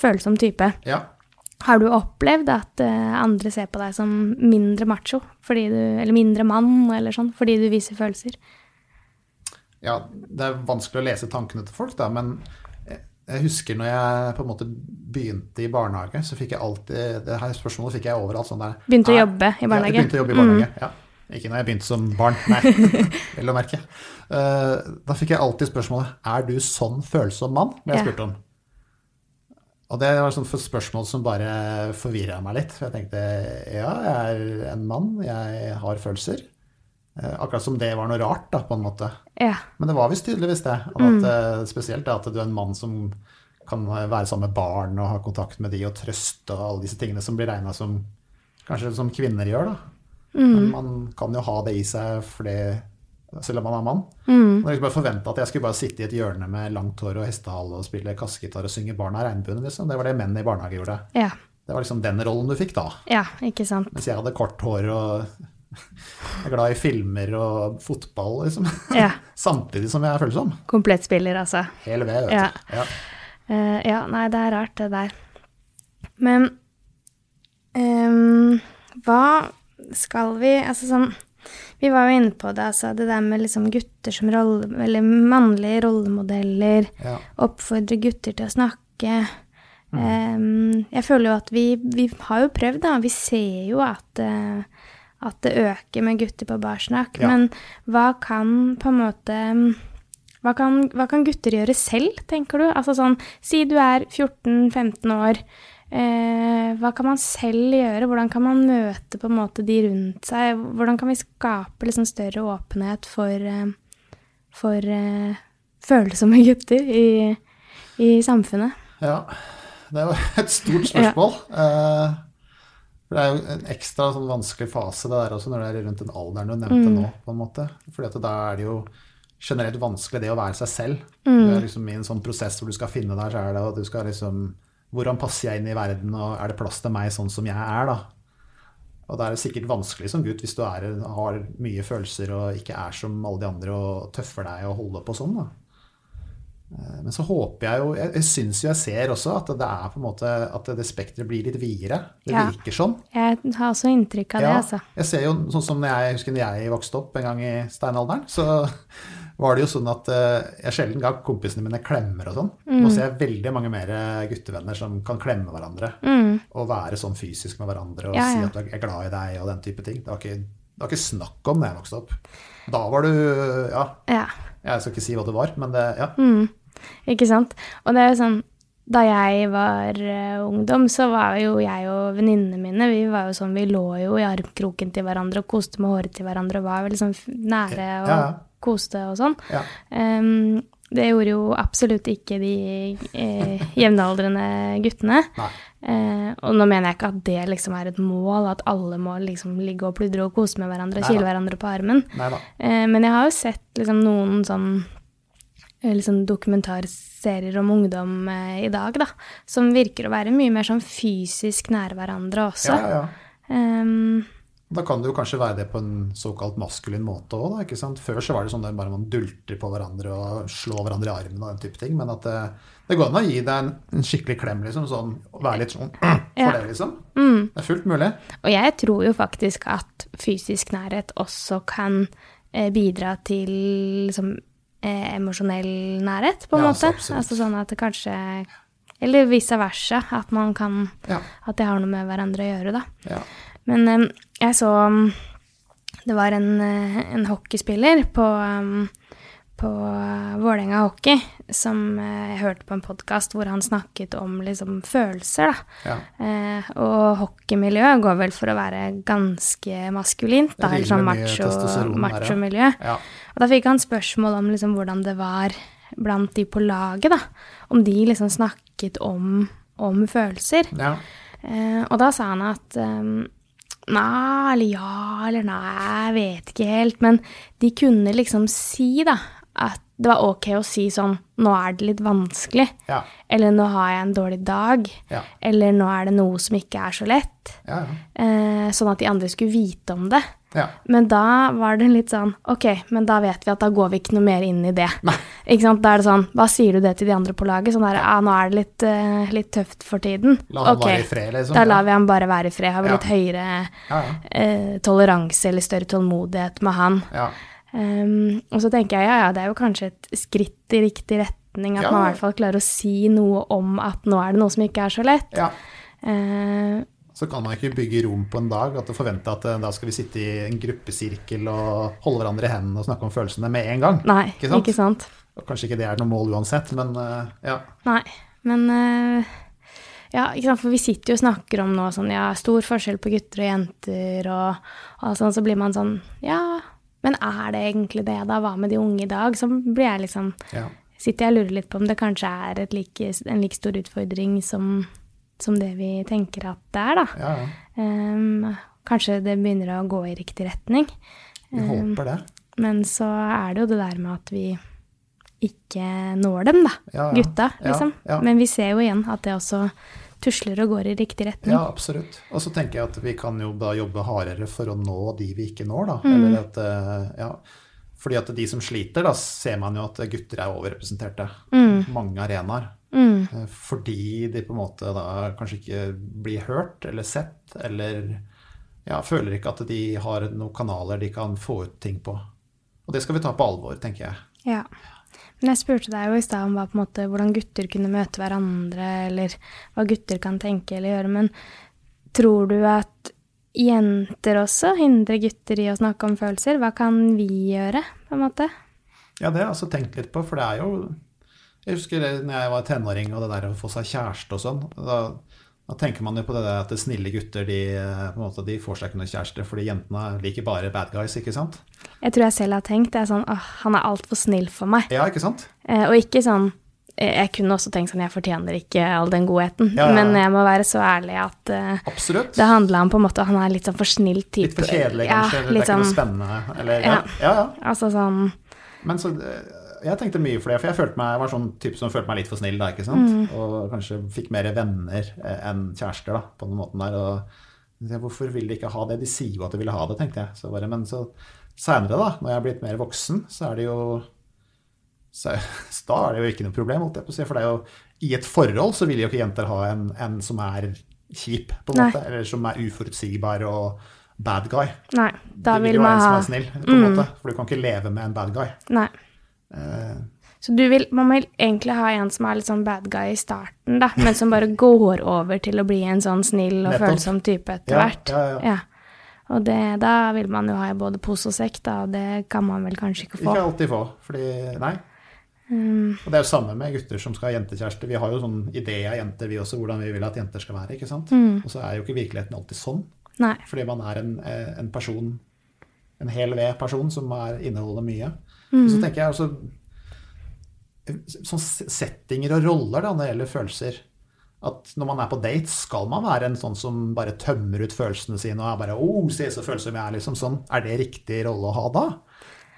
Speaker 1: følsom type.
Speaker 2: ja.
Speaker 1: Har du opplevd at eh, andre ser på deg som mindre macho, fordi du, eller mindre mann, eller sånn, fordi du viser følelser?
Speaker 2: ja, det er vanskelig å lese tankene til folk, da, men jeg- jeg husker når jeg på en måte begynte i barnehage, så fikk jeg alltid det her spørsmålet fikk jeg overalt. sånn der.
Speaker 1: Begynte å
Speaker 2: Nei,
Speaker 1: jobbe i barnehage? Mm.
Speaker 2: Ja, jeg begynte å jobbe i barnehage, ja. Ikke når jeg begynte som barn, nei. Vel å merke. Eh, da fikk jeg alltid spørsmålet er du sånn følsom mann? ble jeg
Speaker 1: Ja.
Speaker 2: spurt om. Og det var et sånt spørsmål som bare forvirra meg litt. For jeg tenkte ja, jeg er en mann, jeg har følelser. Eh, akkurat som det var noe rart, da, på en måte.
Speaker 1: Ja.
Speaker 2: Men det var visst tydeligvis det. At, eh, Spesielt det at du er en mann som kan være sammen med barn og ha kontakt med de og trøste og alle disse tingene som blir regna som kanskje som kvinner gjør. da. Men man kan jo ha det i seg fordi, selv om man er mann. Man har liksom bare forventa at jeg skulle bare sitte i et hjørne med langt hår og hestehale og spille kassegitar og synge 'Barna er regnbuen'. Liksom. Det var det menn i barnehage gjorde.
Speaker 1: Ja.
Speaker 2: Det var liksom den rollen du fikk da.
Speaker 1: Ja, ikke sant.
Speaker 2: Mens jeg hadde kort hår og er glad i filmer og fotball, liksom.
Speaker 1: Ja.
Speaker 2: Samtidig som jeg er følsom.
Speaker 1: Komplett spiller, altså.
Speaker 2: Hele ved, vet
Speaker 1: Ja.
Speaker 2: du. Ja.
Speaker 1: Eh, ja, nei, det er rart, det der. Men ehm, hva skal vi Altså sånn Vi var jo inne på det, altså. Det der med liksom gutter som rolle... Eller mannlige rollemodeller.
Speaker 2: Ja.
Speaker 1: Oppfordre gutter til å snakke. Ehm, jeg føler jo at vi, vi har jo prøvd, da. Vi ser jo at eh, at det øker med gutter på barsnakk.
Speaker 2: Ja.
Speaker 1: Men hva kan på en måte hva kan, hva kan gutter gjøre selv, tenker du? Altså sånn, Si du er 14-15 år, eh, hva kan man selv gjøre? Hvordan kan man møte på en måte de rundt seg? Hvordan kan vi skape liksom større åpenhet for, eh, for eh, følsomme gutter i, i samfunnet?
Speaker 2: Ja, det er jo et stort spørsmål. Eh, for det er jo en ekstra sånn vanskelig fase det der også når det er rundt den alderen du nevnte nå. på en måte. Fordi at da er det jo generelt vanskelig det å være seg selv. Du er liksom i en sånn prosess hvor du skal finne deg sjæl, og du skal liksom Hvordan passer jeg inn i verden, og er det plass til meg sånn som jeg er, da? Og det er sikkert vanskelig som gutt hvis du er, har mye følelser og ikke er som alle de andre og tøffer deg og holder på sånn, da. Eh, Men så håper jeg jo Jeg, jeg syns jo jeg ser også at det er på en måte at det spekteret blir litt videre. Det
Speaker 1: Ja.
Speaker 2: virker sånn.
Speaker 1: Jeg har også inntrykk av det,
Speaker 2: Ja,
Speaker 1: altså.
Speaker 2: jeg ser jo sånn som når jeg, jeg husker når jeg vokste opp en gang i steinalderen, så var det jo sånn at eh, jeg sjelden ga kompisene mine klemmer og sånn.
Speaker 1: Mm.
Speaker 2: Nå ser jeg veldig mange mer eh, guttevenner som kan klemme hverandre og være sånn fysisk med hverandre og
Speaker 1: Mm. Ja,
Speaker 2: si
Speaker 1: ja.
Speaker 2: at jeg er glad i deg og den type ting. Det var ikke, det var ikke snakk om da jeg vokste opp. Da var du Ja,
Speaker 1: Ja. mm.
Speaker 2: jeg skal ikke si hva det var, men det, ja.
Speaker 1: Ikke sant? Og det er jo sånn Da jeg var eh, ungdom, så var jo jeg og venninnene mine Vi var jo sånn, vi lå jo i armkroken til hverandre og koste med håret til hverandre og var veldig sånn f- nære
Speaker 2: Ja,
Speaker 1: og
Speaker 2: ja.
Speaker 1: koste og sånn.
Speaker 2: ja.
Speaker 1: Ehm, det gjorde jo absolutt ikke de eh, jevnaldrende guttene.
Speaker 2: Nei.
Speaker 1: Eh, og nå mener jeg ikke at det liksom er et mål, at alle må liksom ligge og pludre og kose med hverandre og
Speaker 2: Neida.
Speaker 1: kile hverandre på armen.
Speaker 2: Nei da.
Speaker 1: Eh, men jeg har jo sett liksom, noen sånn eh, liksom, dokumentarserier om ungdom eh, i dag, da, som virker å være mye mer sånn fysisk nær hverandre også.
Speaker 2: Ja, ja, ja.
Speaker 1: Ehm,
Speaker 2: Da kan det jo kanskje være det på en såkalt maskulin måte òg, da. ikke sant? Før så var det sånn der bare man dulter på hverandre og slår hverandre i armen og den type ting. Men at det, det går an å gi deg en, en skikkelig klem, liksom. Sånn, og være litt sånn for
Speaker 1: Ja.
Speaker 2: det, liksom.
Speaker 1: mm.
Speaker 2: Det er fullt mulig.
Speaker 1: og jeg tror jo faktisk at fysisk nærhet også kan eh, bidra til liksom, eh, emosjonell nærhet, på en
Speaker 2: Ja,
Speaker 1: måte.
Speaker 2: altså, absolutt.
Speaker 1: Altså sånn at det kanskje Eller vice versa. At man kan
Speaker 2: Ja.
Speaker 1: At det har noe med hverandre å gjøre, da.
Speaker 2: ja.
Speaker 1: Men em, jeg så em, Det var en, eh, en hockeyspiller på, em, på eh, Vålerenga hockey som eh, jeg hørte på en podkast hvor han snakket om liksom, følelser, da.
Speaker 2: ja.
Speaker 1: Eh, og hockeymiljøet går vel for å være ganske maskulint, da,
Speaker 2: Det
Speaker 1: eller sånn
Speaker 2: rimer mye
Speaker 1: macho,
Speaker 2: testosteron der, ja.
Speaker 1: machomiljø.
Speaker 2: Ja.
Speaker 1: Og da fikk han spørsmål om liksom, hvordan det var blant de på laget, da. Om de liksom snakket om, om følelser.
Speaker 2: ja.
Speaker 1: Eh, og da sa han at eh, Nei, eller ja, eller nei, jeg vet ikke helt. Men de kunne liksom si, da, at det var ok å si sånn Nå er det litt vanskelig.
Speaker 2: Ja.
Speaker 1: Eller nå har jeg en dårlig dag.
Speaker 2: Ja.
Speaker 1: Eller nå er det noe som ikke er så lett.
Speaker 2: Ja.
Speaker 1: Eh, sånn at de andre skulle vite om det.
Speaker 2: ja.
Speaker 1: Men da var det litt sånn Ok, men da vet vi at da går vi ikke noe mer inn i det. Ikke sant? Da er det sånn Hva sier du det til de andre på laget? Sånn der Ja, nå er det litt, eh, litt tøft for tiden.
Speaker 2: La han
Speaker 1: Ok,
Speaker 2: være i fred, liksom.
Speaker 1: Da
Speaker 2: Ja.
Speaker 1: lar vi han bare være i fred. Har vi
Speaker 2: Ja.
Speaker 1: litt høyere
Speaker 2: Ja, ja.
Speaker 1: eh, toleranse eller større tålmodighet med han.
Speaker 2: ja.
Speaker 1: Ehm, og så tenker jeg ja, ja, det er jo kanskje et skritt i riktig retning at
Speaker 2: Ja.
Speaker 1: man i hvert fall klarer å si noe om at nå er det noe som ikke er så lett.
Speaker 2: ja.
Speaker 1: Eh,
Speaker 2: Så kan man ikke bygge rom på en dag. At du forventer at eh, da skal vi sitte i en gruppesirkel og holde hverandre i hendene og snakke om følelsene med en gang.
Speaker 1: nei,
Speaker 2: Ikke sant?
Speaker 1: Ikke sant?
Speaker 2: Og Kanskje ikke det er noe mål uansett, men eh, ja.
Speaker 1: Nei, men eh, Ja, ikke sant, for vi sitter jo og snakker om nå sånn Ja, stor forskjell på gutter og jenter og, og sånn, så blir man sånn Ja, men er det egentlig det, da? Hva med de unge i dag? Så blir jeg liksom
Speaker 2: ja.
Speaker 1: Sitter jeg og lurer litt på om det kanskje er et like, en like stor utfordring som, som det vi tenker at det er, da.
Speaker 2: Ja, ja.
Speaker 1: Ehm, kanskje det begynner å gå i riktig retning.
Speaker 2: Vi
Speaker 1: Um.
Speaker 2: håper det.
Speaker 1: Men så er det jo det der med at vi ikke når dem, da.
Speaker 2: Ja, ja.
Speaker 1: Gutta,
Speaker 2: Ja,
Speaker 1: liksom.
Speaker 2: ja.
Speaker 1: Men vi ser jo igjen at det også tusler og går i riktig retning.
Speaker 2: Ja, absolutt. Og så tenker jeg at vi kan jo da jobbe hardere for å nå de vi ikke når, da. Eller at, eh, ja. Fordi at de som sliter, da ser man jo at gutter er overrepresenterte. Mange arenaer.
Speaker 1: Mm.
Speaker 2: Eh, Fordi de på en måte da kanskje ikke blir hørt eller sett, eller ja, føler ikke at de har noen kanaler de kan få ut ting på. Og det skal vi ta på alvor, tenker jeg.
Speaker 1: Ja. Men jeg spurte deg jo i stad om hva, på en måte, hvordan gutter kunne møte hverandre, eller hva gutter kan tenke eller gjøre. Men tror du at jenter også hindrer gutter i å snakke om følelser? Hva kan vi gjøre, på en måte?
Speaker 2: Ja, det har jeg også tenkt litt på, for det er jo Jeg husker det når jeg var tenåring og det der å få seg kjæreste og sånn. Da, Da tenker man jo på det der at snille gutter de, eh, på en måte, de får seg ikke noe kjæreste, fordi jentene liker bare bad guys, ikke sant?
Speaker 1: Jeg tror jeg selv har tenkt det er sånn åh, han er altfor snill for meg.
Speaker 2: Ja, ikke sant?
Speaker 1: Eh, og ikke sånn eh, Jeg kunne også tenkt sånn jeg fortjener ikke all den godheten,
Speaker 2: Ja, ja, ja.
Speaker 1: men jeg må være så ærlig at eh,
Speaker 2: Absolutt.
Speaker 1: det handla om på en måte Han er litt sånn for snill type.
Speaker 2: Litt for kjedelig, kanskje. eller det er ikke noe spennende. Eller, ja.
Speaker 1: liksom- Ja.
Speaker 2: Ja, ja.
Speaker 1: Altså sånn
Speaker 2: Men så, eh, jeg tenkte mye for det, for jeg følte meg, jeg var sånn type som følte meg litt for snill, da, ikke sant?
Speaker 1: Mm.
Speaker 2: Og kanskje fikk mer venner eh, enn kjærester, da, på den måten der. Og tenkte jeg, hvorfor vil de ikke ha det? De sier jo at de ville ha det, tenkte jeg. Så bare, men så seinere, da, når jeg er blitt mer voksen, så er det jo så, så da er det jo ikke noe problem, holdt jeg på å si. For det er jo i et forhold så vil jo ikke jenter ha en, en som er kjip, på en
Speaker 1: Nei.
Speaker 2: måte. Eller som er uforutsigbar og bad guy.
Speaker 1: Nei, da
Speaker 2: Du
Speaker 1: vil
Speaker 2: jo
Speaker 1: man
Speaker 2: en
Speaker 1: ha Mm.
Speaker 2: som er snill, på en måte. For du kan ikke leve med en bad guy.
Speaker 1: Nei.
Speaker 2: Eh,
Speaker 1: Så du vil, man vil egentlig ha en som er litt sånn bad guy i starten, da, men som bare går over til å bli en sånn snill og
Speaker 2: Nettopp.
Speaker 1: følsom type etter
Speaker 2: Ja,
Speaker 1: hvert.
Speaker 2: ja, ja.
Speaker 1: Og det, da vil man jo ha i både pose og sekk, da, og det kan man vel kanskje ikke få.
Speaker 2: Ikke alltid få, fordi Nei. Og det er jo samme med gutter som skal ha jentekjæreste. Vi har jo sånn idé av jenter, vi også, hvordan vi vil at jenter skal være. ikke sant? Og så er jo ikke virkeligheten alltid sånn.
Speaker 1: Nei.
Speaker 2: Fordi man er en, eh, en person, en hel ved person, som er, inneholder mye.
Speaker 1: Mm.
Speaker 2: Og så tenker jeg altså Sånn s- settinger og roller da, når det gjelder følelser. At når man er på date, skal man være en sånn som bare tømmer ut følelsene sine og er bare oh, se så følsom jeg er, liksom. Sånn. Er det riktig rolle å ha da?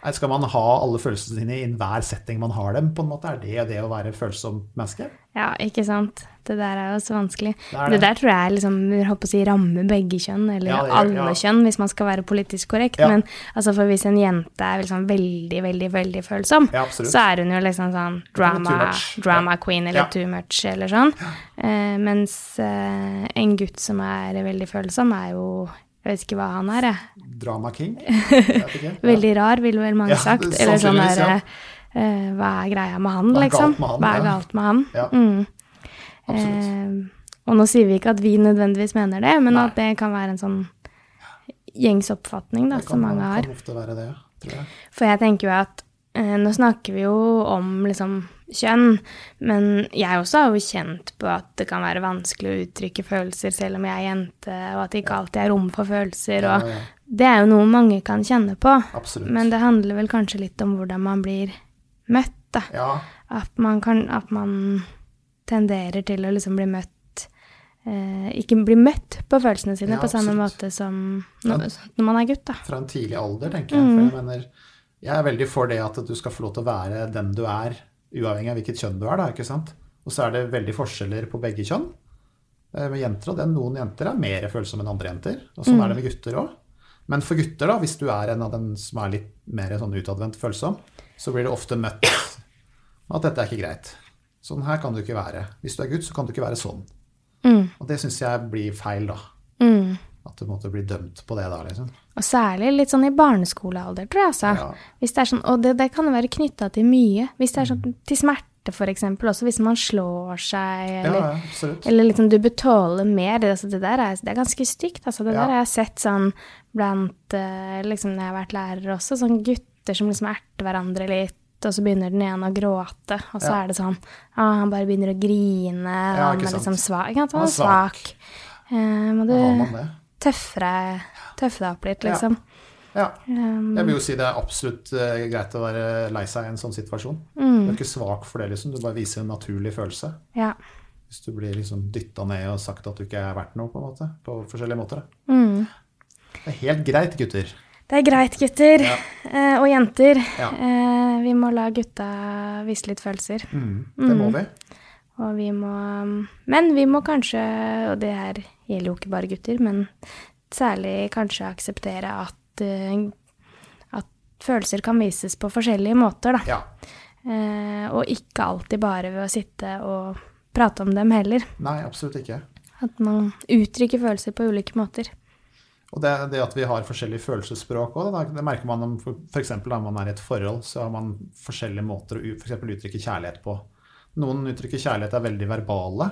Speaker 2: Eller Skal man ha alle følelsene sine i enhver setting man har dem? på en måte? Er det det å være følsomt menneske?
Speaker 1: Ja, ikke sant. Det der er jo så vanskelig.
Speaker 2: Det er
Speaker 1: Det
Speaker 2: det.
Speaker 1: der tror jeg liksom, jeg håper å si, rammer begge kjønn, eller
Speaker 2: Ja, det gjør-
Speaker 1: alle
Speaker 2: ja.
Speaker 1: kjønn, hvis man skal være politisk korrekt.
Speaker 2: Ja.
Speaker 1: Men altså, for hvis en jente er liksom veldig, veldig, veldig følsom,
Speaker 2: Ja, absolutt.
Speaker 1: så er hun jo liksom sånn
Speaker 2: too
Speaker 1: drama,
Speaker 2: much.
Speaker 1: drama queen eller
Speaker 2: Ja.
Speaker 1: too much eller sånn. Eh, mens eh, en gutt som er veldig følsom, er jo jeg vet ikke hva han er. Jeg.
Speaker 2: Drama king? Jeg vet ikke. Ja.
Speaker 1: Veldig rar, ville vel mange
Speaker 2: Ja,
Speaker 1: sagt.
Speaker 2: det-
Speaker 1: Eller sånn
Speaker 2: sannsynligvis,
Speaker 1: der
Speaker 2: ja.
Speaker 1: eh, Hva er greia med han,
Speaker 2: Hva er
Speaker 1: liksom?
Speaker 2: galt med han,
Speaker 1: Hva er
Speaker 2: ja.
Speaker 1: galt med han?
Speaker 2: Ja.
Speaker 1: Mm.
Speaker 2: Absolutt.
Speaker 1: Eh, og nå sier vi ikke at vi nødvendigvis mener det, men
Speaker 2: Nei.
Speaker 1: at det kan være en sånn gjengs oppfatning da,
Speaker 2: Det
Speaker 1: som
Speaker 2: kan,
Speaker 1: mange har.
Speaker 2: kan ofte være det, tror jeg.
Speaker 1: For jeg tenker jo at eh, nå snakker vi jo om liksom kjønn, men jeg også har jo kjent på at det kan være vanskelig å uttrykke følelser selv om jeg er jente, og at det ikke alltid er rom for følelser.
Speaker 2: Ja,
Speaker 1: Og
Speaker 2: ja.
Speaker 1: det er jo noe mange kan kjenne på,
Speaker 2: Absolutt.
Speaker 1: men det handler vel kanskje litt om hvordan man blir møtt, da
Speaker 2: Ja,
Speaker 1: at man, kan, at man tenderer til å liksom bli møtt eh, Ikke bli møtt på følelsene sine
Speaker 2: Ja,
Speaker 1: på samme
Speaker 2: absolutt.
Speaker 1: måte som når, når man er gutt, da.
Speaker 2: fra en tidlig alder, tenker jeg. For jeg mener, jeg er veldig for det at du skal få lov til å være den du er, uavhengig av hvilket kjønn du er, da, ikke sant? Og så er det veldig forskjeller på begge kjønn. Eh, Med jenter og det, noen jenter er mer følsomme enn andre jenter, og sånn er det med gutter òg. Men for gutter, da, hvis du er en av dem som er litt mer sånn utadvendt følsom, så blir det ofte møtt at dette er ikke greit. Sånn her kan du ikke være. Hvis du er gutt, så kan du ikke være sånn.
Speaker 1: Mm.
Speaker 2: Og det syns jeg blir feil, da.
Speaker 1: Mm.
Speaker 2: At du måtte bli dømt på det da, liksom.
Speaker 1: Og særlig litt sånn i barneskolealder, tror jeg. Altså.
Speaker 2: Ja.
Speaker 1: Hvis det er sånn, og det, det kan jo være knytta til mye. Hvis det er
Speaker 2: Mm.
Speaker 1: sånn til smerte, for eksempel, også hvis man slår seg,
Speaker 2: Ja,
Speaker 1: eller,
Speaker 2: ja, absolutt.
Speaker 1: eller liksom du bør tåle mer. Det, altså, det der er, det er ganske stygt. Altså, det
Speaker 2: Ja.
Speaker 1: der har jeg sett sånn blant eh, liksom, Når jeg har vært lærer også, sånn gutter som liksom erter hverandre litt. Og så begynner den ene å gråte, og så
Speaker 2: Ja.
Speaker 1: er det sånn ah, Han bare begynner å grine.
Speaker 2: Ja,
Speaker 1: han
Speaker 2: ikke
Speaker 1: er
Speaker 2: sant.
Speaker 1: liksom svak. Ikke sant?
Speaker 2: Han
Speaker 1: Han
Speaker 2: er
Speaker 1: er svak. Eh, må du
Speaker 2: Da har man det.
Speaker 1: tøffe deg, tøffe deg opp litt,
Speaker 2: Ja.
Speaker 1: liksom.
Speaker 2: Ja.
Speaker 1: Um,
Speaker 2: Jeg vil jo si det er absolutt eh, greit å være lei seg i en sånn situasjon. Du
Speaker 1: Mm.
Speaker 2: er ikke svak for det, liksom. Du bare viser en naturlig følelse.
Speaker 1: ja.
Speaker 2: Hvis du blir liksom dytta ned og sagt at du ikke er verdt noe, på en måte. På forskjellige måter. da.
Speaker 1: Mm.
Speaker 2: Det er helt greit, gutter.
Speaker 1: Det er greit, gutter.
Speaker 2: Ja.
Speaker 1: Eh, og jenter.
Speaker 2: Ja.
Speaker 1: Eh, vi må la gutta vise litt følelser.
Speaker 2: Det må vi.
Speaker 1: Og vi må Men vi må kanskje, og det her gjelder jo ikke bare gutter, men særlig kanskje akseptere at, eh, at følelser kan vises på forskjellige måter, da.
Speaker 2: Ja.
Speaker 1: Eh, og ikke alltid bare ved å sitte og prate om dem heller.
Speaker 2: Nei, absolutt ikke.
Speaker 1: At man uttrykker følelser på ulike måter.
Speaker 2: Og det, det at vi har forskjellig følelsesspråk òg, det merker man om f.eks. da man er i et forhold, så har man forskjellige måter å u- for eksempel uttrykke kjærlighet på. Noen uttrykker kjærlighet er veldig verbale.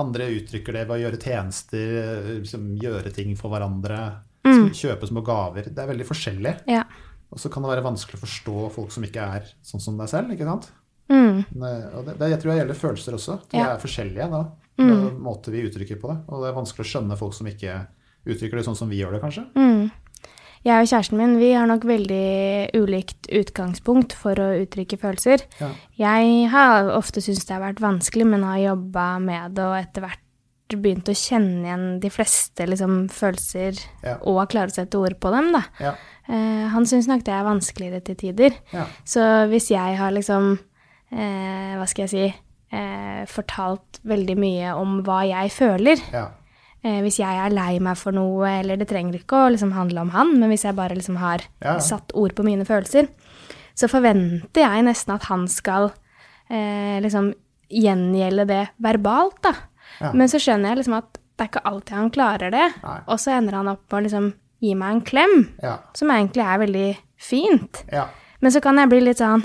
Speaker 2: Andre uttrykker det ved å gjøre tjenester, liksom gjøre ting for hverandre, mm. kjøpe små gaver. Det er veldig forskjellig.
Speaker 1: Ja.
Speaker 2: Og så kan det være vanskelig å forstå folk som ikke er sånn som deg selv. ikke sant?
Speaker 1: Mm.
Speaker 2: Ne- Og det, det, jeg tror jeg gjelder følelser også. De
Speaker 1: Ja.
Speaker 2: er forskjellige da. Det
Speaker 1: Mm.
Speaker 2: er måter vi uttrykker på det. Og det er vanskelig å skjønne folk som ikke uttrykker det sånn som vi gjør det, kanskje.
Speaker 1: Mm. Jeg og kjæresten min vi har nok veldig ulikt utgangspunkt for å uttrykke følelser.
Speaker 2: Ja.
Speaker 1: Jeg har ofte syntes det har vært vanskelig, men har jobba med det og etter hvert begynt å kjenne igjen de fleste liksom, følelser
Speaker 2: Ja.
Speaker 1: og klare å sette ord på dem. Da.
Speaker 2: Ja.
Speaker 1: Eh, han syns nok det er vanskeligere til tider.
Speaker 2: Ja.
Speaker 1: Så hvis jeg har liksom eh, Hva skal jeg si eh, Fortalt veldig mye om hva jeg føler,
Speaker 2: Ja.
Speaker 1: Eh, hvis jeg er lei meg for noe, eller det trenger ikke å liksom handle om han, men hvis jeg bare liksom har
Speaker 2: Ja, ja.
Speaker 1: satt ord på mine følelser, så forventer jeg nesten at han skal eh, liksom gjengjelde det verbalt, da.
Speaker 2: Ja.
Speaker 1: Men så skjønner jeg liksom at det er ikke alltid han klarer det.
Speaker 2: Nei.
Speaker 1: Og så ender han opp med å liksom gi meg en klem,
Speaker 2: Ja.
Speaker 1: som egentlig er veldig fint.
Speaker 2: ja.
Speaker 1: Men så kan jeg bli litt sånn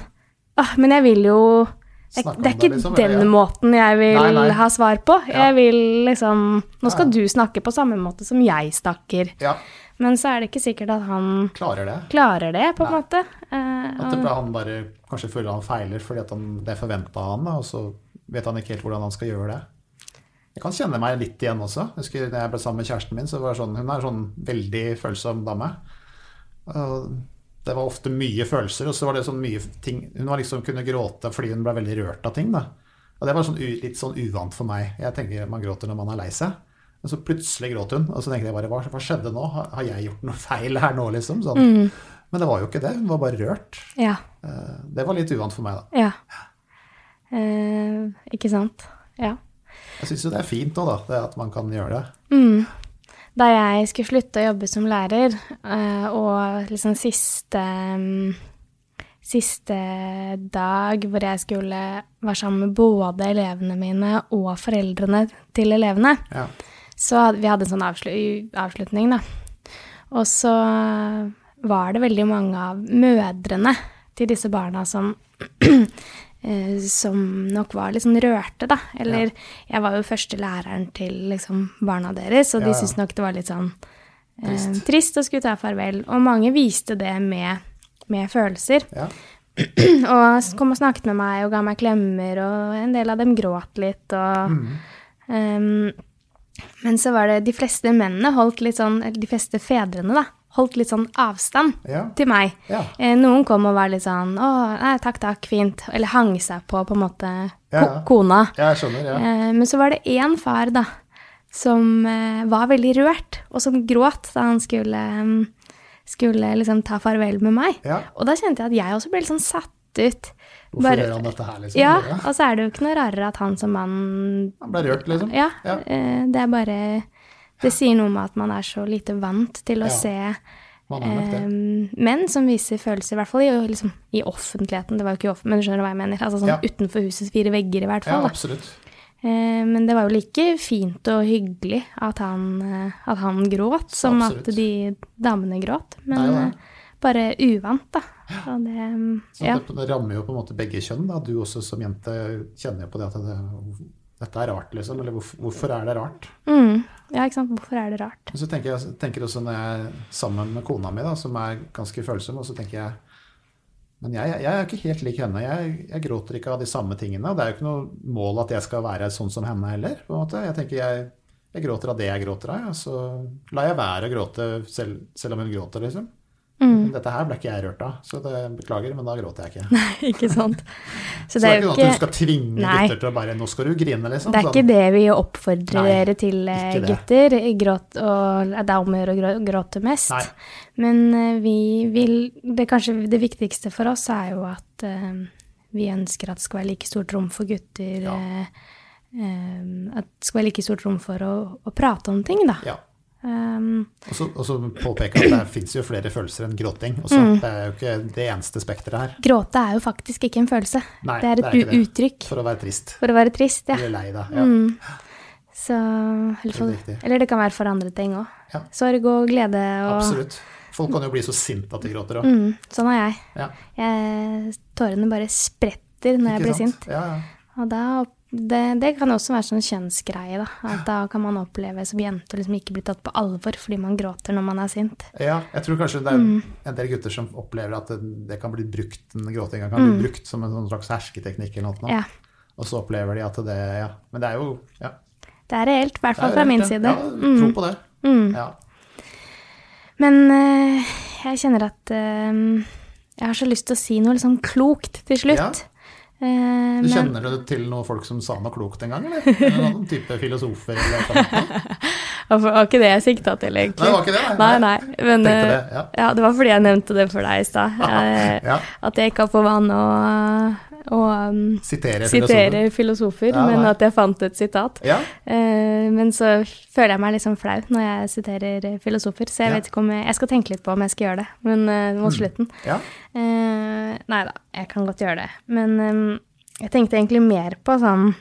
Speaker 1: Åh, men jeg vil jo det,
Speaker 2: Snakke om
Speaker 1: det er
Speaker 2: det,
Speaker 1: ikke
Speaker 2: liksom,
Speaker 1: den
Speaker 2: eller, ja.
Speaker 1: måten jeg vil
Speaker 2: Nei, nei.
Speaker 1: ha svar på.
Speaker 2: Ja.
Speaker 1: Jeg vil liksom Nå skal
Speaker 2: Ja.
Speaker 1: du snakke på samme måte som jeg snakker.
Speaker 2: ja.
Speaker 1: Men så er det ikke sikkert at han
Speaker 2: Klarer det.
Speaker 1: klarer det, på en
Speaker 2: Nei.
Speaker 1: måte. Eh,
Speaker 2: At
Speaker 1: og-
Speaker 2: det, han bare kanskje føler han feiler fordi at han, det er forventa av han, da, og så vet han ikke helt hvordan han skal gjøre det. Jeg kan kjenne meg litt igjen også. Jeg husker da jeg ble sammen med kjæresten min, så var det sånn, hun er en sånn veldig følsom dame. Og Det var ofte mye følelser, og så var det sånn mye ting Hun var liksom kunne gråte fordi hun ble veldig rørt av ting, da. Og det var sånn, u- litt sånn uvant for meg. Jeg tenker man gråter når man er lei seg. Men så plutselig gråt hun, og så tenkte jeg bare hva, hva skjedde nå? Har har jeg gjort noe feil her nå, liksom? Sånn. Men det var jo ikke det. Hun var bare rørt.
Speaker 1: ja,
Speaker 2: Eh, Det var litt uvant for meg, da.
Speaker 1: ja. Eh, ikke sant? Ja.
Speaker 2: Jeg syns jo det er fint òg, da. Det at man kan gjøre det.
Speaker 1: Mm. Da jeg skulle slutte å jobbe som lærer, eh, og liksom siste mm, Siste dag hvor jeg skulle være sammen med både elevene mine og foreldrene til elevene,
Speaker 2: Ja.
Speaker 1: så had- vi hadde en sånn avslu avslutning, da. Og så var det veldig mange av mødrene til disse barna som eh, Som nok var litt sånn rørte, da. Eller jeg var jo første læreren til liksom, barna deres, og
Speaker 2: Ja,
Speaker 1: de
Speaker 2: ja.
Speaker 1: syntes nok det var litt sånn eh,
Speaker 2: Trist.
Speaker 1: trist å skulle ta farvel. Og mange viste det med, med følelser.
Speaker 2: ja.
Speaker 1: og s- kom og snakket med meg og ga meg klemmer, og en del av dem gråt litt. Og,
Speaker 2: Mm.
Speaker 1: Ehm, men så var det de fleste mennene, holdt litt sånn, eller de fleste fedrene, da, holdt litt sånn avstand
Speaker 2: Ja.
Speaker 1: til meg.
Speaker 2: Ja.
Speaker 1: Eh, noen kom og var litt sånn Å, nei, takk, takk, fint. Eller hang seg på, på en måte, ko
Speaker 2: Ja, ja.
Speaker 1: kona.
Speaker 2: Jeg skjønner, ja.
Speaker 1: Eh, men så var det én far, da, som eh, var veldig rørt, og som gråt da han skulle, mm, skulle liksom ta farvel med meg.
Speaker 2: Ja.
Speaker 1: Og da kjente jeg at jeg også ble litt sånn satt ut.
Speaker 2: Hvorfor gjør han dette her, liksom?
Speaker 1: Ja,
Speaker 2: Ja.
Speaker 1: og så er det jo ikke noe rarere at han som mann
Speaker 2: Han ble rørt, liksom.
Speaker 1: ja,
Speaker 2: Ja.
Speaker 1: eh, det er bare Det sier noe med at man er så lite vant til å
Speaker 2: Ja,
Speaker 1: se
Speaker 2: Man er nok det.
Speaker 1: eh, menn som viser følelser, i hvert fall i, liksom, i offentligheten. Det var jo ikke i off- men du skjønner hva jeg mener. Altså sånn
Speaker 2: Ja.
Speaker 1: utenfor husets fire vegger, i hvert
Speaker 2: Ja,
Speaker 1: fall. da.
Speaker 2: absolutt.
Speaker 1: Eh, men det var jo like fint og hyggelig at han, eh, at han gråt, som
Speaker 2: Absolutt.
Speaker 1: at de damene gråt. Men
Speaker 2: Nei, Sånn nei.
Speaker 1: eh, bare uvant, da. Og det
Speaker 2: Så
Speaker 1: Ja.
Speaker 2: det, det rammer jo på en måte begge kjønn. Da. Du også som jente kjenner jo på det at det, dette er rart, liksom. Eller hvorfor, hvorfor er det rart?
Speaker 1: Mm, ja, ikke sant. Hvorfor er det rart?
Speaker 2: Men så tenker jeg tenker også når jeg er sammen med kona mi, da, som er ganske følsom, og så tenker jeg Men jeg, jeg er ikke helt lik henne. Jeg, jeg gråter ikke av de samme tingene. Og det er jo ikke noe mål at jeg skal være sånn som henne heller. på en måte. Jeg tenker jeg, jeg gråter av det jeg gråter av, og så lar jeg være å gråte selv, selv om hun gråter, liksom.
Speaker 1: Mm.
Speaker 2: Men Dette her ble ikke jeg rørt av, så det beklager, men da gråter jeg ikke.
Speaker 1: ikke sant. Så
Speaker 2: Så
Speaker 1: det er jo
Speaker 2: ikke sånn at hun
Speaker 1: ikke
Speaker 2: skal tvinge
Speaker 1: Nei.
Speaker 2: gutter til å bare Nå skal du grine, liksom.
Speaker 1: Det er ikke
Speaker 2: Sånn.
Speaker 1: det vi oppfordrer
Speaker 2: Nei,
Speaker 1: dere til, eh,
Speaker 2: ikke det.
Speaker 1: gutter. Gråt og, det er om å gjøre å grå- gråte mest.
Speaker 2: Nei.
Speaker 1: Men eh, vi vil det, Kanskje det viktigste for oss er jo at eh, vi ønsker at det skal være like stort rom for gutter
Speaker 2: Ja.
Speaker 1: eh, eh, At det skal være like stort rom for å, å prate om ting, da.
Speaker 2: Ja.
Speaker 1: Um,
Speaker 2: Og så, og så påpeke at det fins jo flere følelser enn gråting. Også.
Speaker 1: Mm.
Speaker 2: Det er jo ikke det eneste spekteret her.
Speaker 1: gråte er jo faktisk ikke en følelse.
Speaker 2: Nei,
Speaker 1: det er et
Speaker 2: det er
Speaker 1: u-
Speaker 2: ikke det.
Speaker 1: uttrykk
Speaker 2: For å være trist.
Speaker 1: for å være trist. Ja.
Speaker 2: Eller lei deg. Ja.
Speaker 1: Mm. Så, eller, for,
Speaker 2: riktig.
Speaker 1: eller det kan være for andre ting òg.
Speaker 2: Ja.
Speaker 1: Sorg og glede og
Speaker 2: Absolutt. Folk kan jo bli så sinte at de gråter òg.
Speaker 1: Mm, sånn er jeg.
Speaker 2: Ja.
Speaker 1: jeg. Tårene bare spretter når jeg
Speaker 2: ikke
Speaker 1: blir
Speaker 2: sant?
Speaker 1: sint.
Speaker 2: Ja, ja.
Speaker 1: Og da opp- Det, det kan også være sånn kjønnsgreie, da. At da kan man oppleve som jente å liksom ikke bli tatt på alvor fordi man gråter når man er sint.
Speaker 2: Ja, jeg tror kanskje det er
Speaker 1: Mm.
Speaker 2: en del gutter som opplever at det, det kan bli brukt, den gråtinga kan bli brukt som en sånn slags hersketeknikk eller noe.
Speaker 1: Mm. Ja.
Speaker 2: Og så opplever de at det Ja. Men det er jo ja,
Speaker 1: Det er reelt, i hvert
Speaker 2: det er
Speaker 1: fall fra
Speaker 2: rett,
Speaker 1: min
Speaker 2: det.
Speaker 1: side. Mm.
Speaker 2: Ja, tro på det. Ja.
Speaker 1: Men eh, jeg kjenner at eh, jeg har så lyst til å si noe liksom klokt til slutt. Eh,
Speaker 2: Du
Speaker 1: men
Speaker 2: Kjenner du til noen folk som sa noe klokt en gang, eller? eller? Noen type filosofer eller noe sånt?
Speaker 1: det var ikke det jeg sikta til, egentlig.
Speaker 2: Nei, det var ikke det, nei.
Speaker 1: Nei, nei. Men
Speaker 2: Tenkte
Speaker 1: eh,
Speaker 2: det, ja.
Speaker 1: ja, det var fordi jeg nevnte det for deg i stad. eh,
Speaker 2: Ja.
Speaker 1: At jeg ikke har for vane å, å um,
Speaker 2: Sitere filosofer?
Speaker 1: sitere filosofer,
Speaker 2: Ja,
Speaker 1: men
Speaker 2: nei.
Speaker 1: at jeg fant et sitat.
Speaker 2: Ja.
Speaker 1: Eh, men så føler jeg meg liksom flau når jeg siterer eh, filosofer, så jeg
Speaker 2: Ja. Mm.
Speaker 1: vet ikke om jeg, jeg skal tenke litt på om jeg skal gjøre det, men eh, mot slutten.
Speaker 2: ja.
Speaker 1: Eh, nei da, jeg kan godt gjøre det. Men eh, jeg tenkte egentlig mer på sånn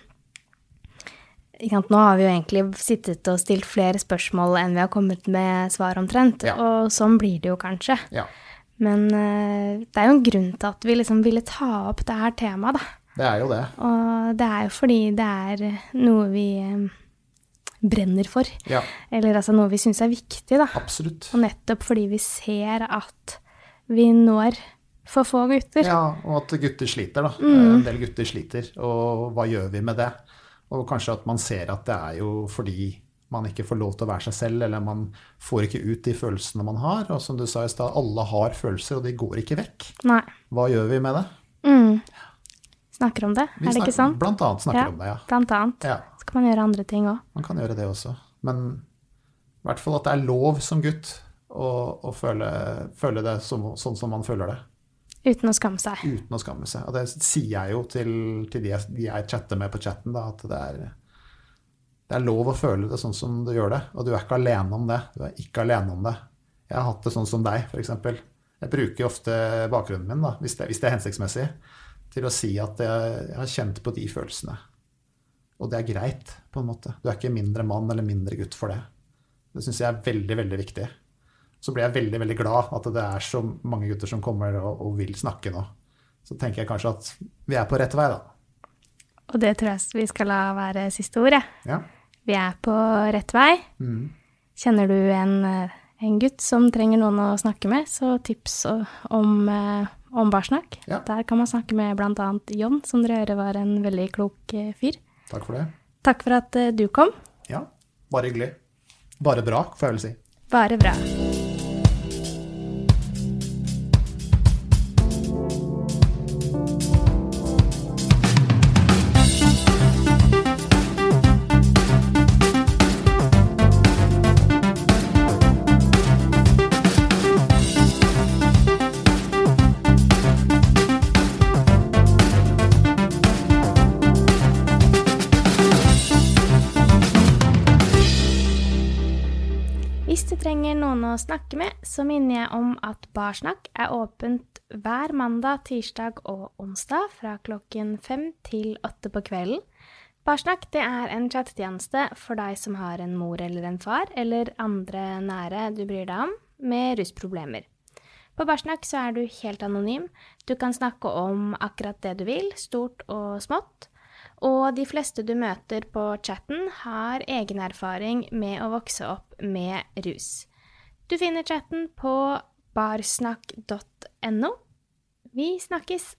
Speaker 1: ikke sant, Nå har vi jo egentlig sittet og stilt flere spørsmål enn vi har kommet med svar omtrent,
Speaker 2: Ja.
Speaker 1: og sånn blir det jo kanskje.
Speaker 2: ja.
Speaker 1: Men eh, det er jo en grunn til at vi liksom ville ta opp det her temaet, da.
Speaker 2: Det er jo det.
Speaker 1: Og det er jo fordi det er noe vi eh, brenner for.
Speaker 2: Ja.
Speaker 1: Eller altså noe vi syns er viktig, da.
Speaker 2: Absolutt.
Speaker 1: Og nettopp fordi vi ser at vi når for få gutter.
Speaker 2: Ja, og at gutter sliter, da.
Speaker 1: Mm.
Speaker 2: Eh, En del gutter sliter. Og hva gjør vi med det? Og kanskje at man ser at det er jo fordi man ikke får lov til å være seg selv, eller man får ikke ut de følelsene man har. Og som du sa i stad, alle har følelser, og de går ikke vekk.
Speaker 1: Nei.
Speaker 2: Hva gjør vi med det?
Speaker 1: Mm. Snakker om det,
Speaker 2: Vi
Speaker 1: er det ikke
Speaker 2: snakker-
Speaker 1: sånn?
Speaker 2: Blant annet snakker om det, ja.
Speaker 1: Blant annet.
Speaker 2: ja.
Speaker 1: Så kan man gjøre andre ting òg.
Speaker 2: Man kan gjøre det også. Men i hvert fall at det er lov som gutt å, å føle, føle det som, sånn som man føler det.
Speaker 1: Uten å skamme seg.
Speaker 2: Uten å skamme seg. Og det sier jeg jo til, til de, jeg, de jeg chatter med på chatten, da, at det er, det er lov å føle det sånn som du gjør det. Og du er ikke alene om det. Du er ikke alene om det. Jeg har hatt det sånn som deg, f.eks. Jeg bruker ofte bakgrunnen min, da, hvis, det, hvis det er hensiktsmessig, til å si at jeg, jeg har kjent på de følelsene. Og det er greit, på en måte. Du er ikke mindre mann eller mindre gutt for det. Det syns jeg er veldig, veldig viktig. Så blir jeg veldig veldig glad at det er så mange gutter som kommer og, og vil snakke nå. Så tenker jeg kanskje at vi er på rett vei, da.
Speaker 1: Og det tror jeg vi skal la være siste ord, jeg.
Speaker 2: Ja. Mm.
Speaker 1: Vi er på rett vei. Kjenner du en, eh, en gutt som trenger noen å snakke med, så tips o- om, eh, om barsnakk.
Speaker 2: Ja.
Speaker 1: Der kan man snakke med bl.a. John, som dere hører var en veldig klok eh, fyr.
Speaker 2: Takk for det.
Speaker 1: Takk for at eh, du kom.
Speaker 2: Ja. Bare hyggelig. Bare bra, får jeg vel si.
Speaker 1: Bare bra. Hvis du trenger noen å snakke med, så minner jeg om at Barsnakk er åpent hver mandag, tirsdag og onsdag fra klokken fem til åtte på kvelden. Barsnakk det er en chattetjeneste for deg som har en mor eller en far, eller andre nære du bryr deg om, med rusproblemer. På Barsnakk så er du helt anonym. Du kan snakke om akkurat det du vil, stort og smått. Og de fleste du møter på chatten, har egen erfaring med å vokse opp med rus. Du finner chatten på barsnakk.no. Vi snakkes!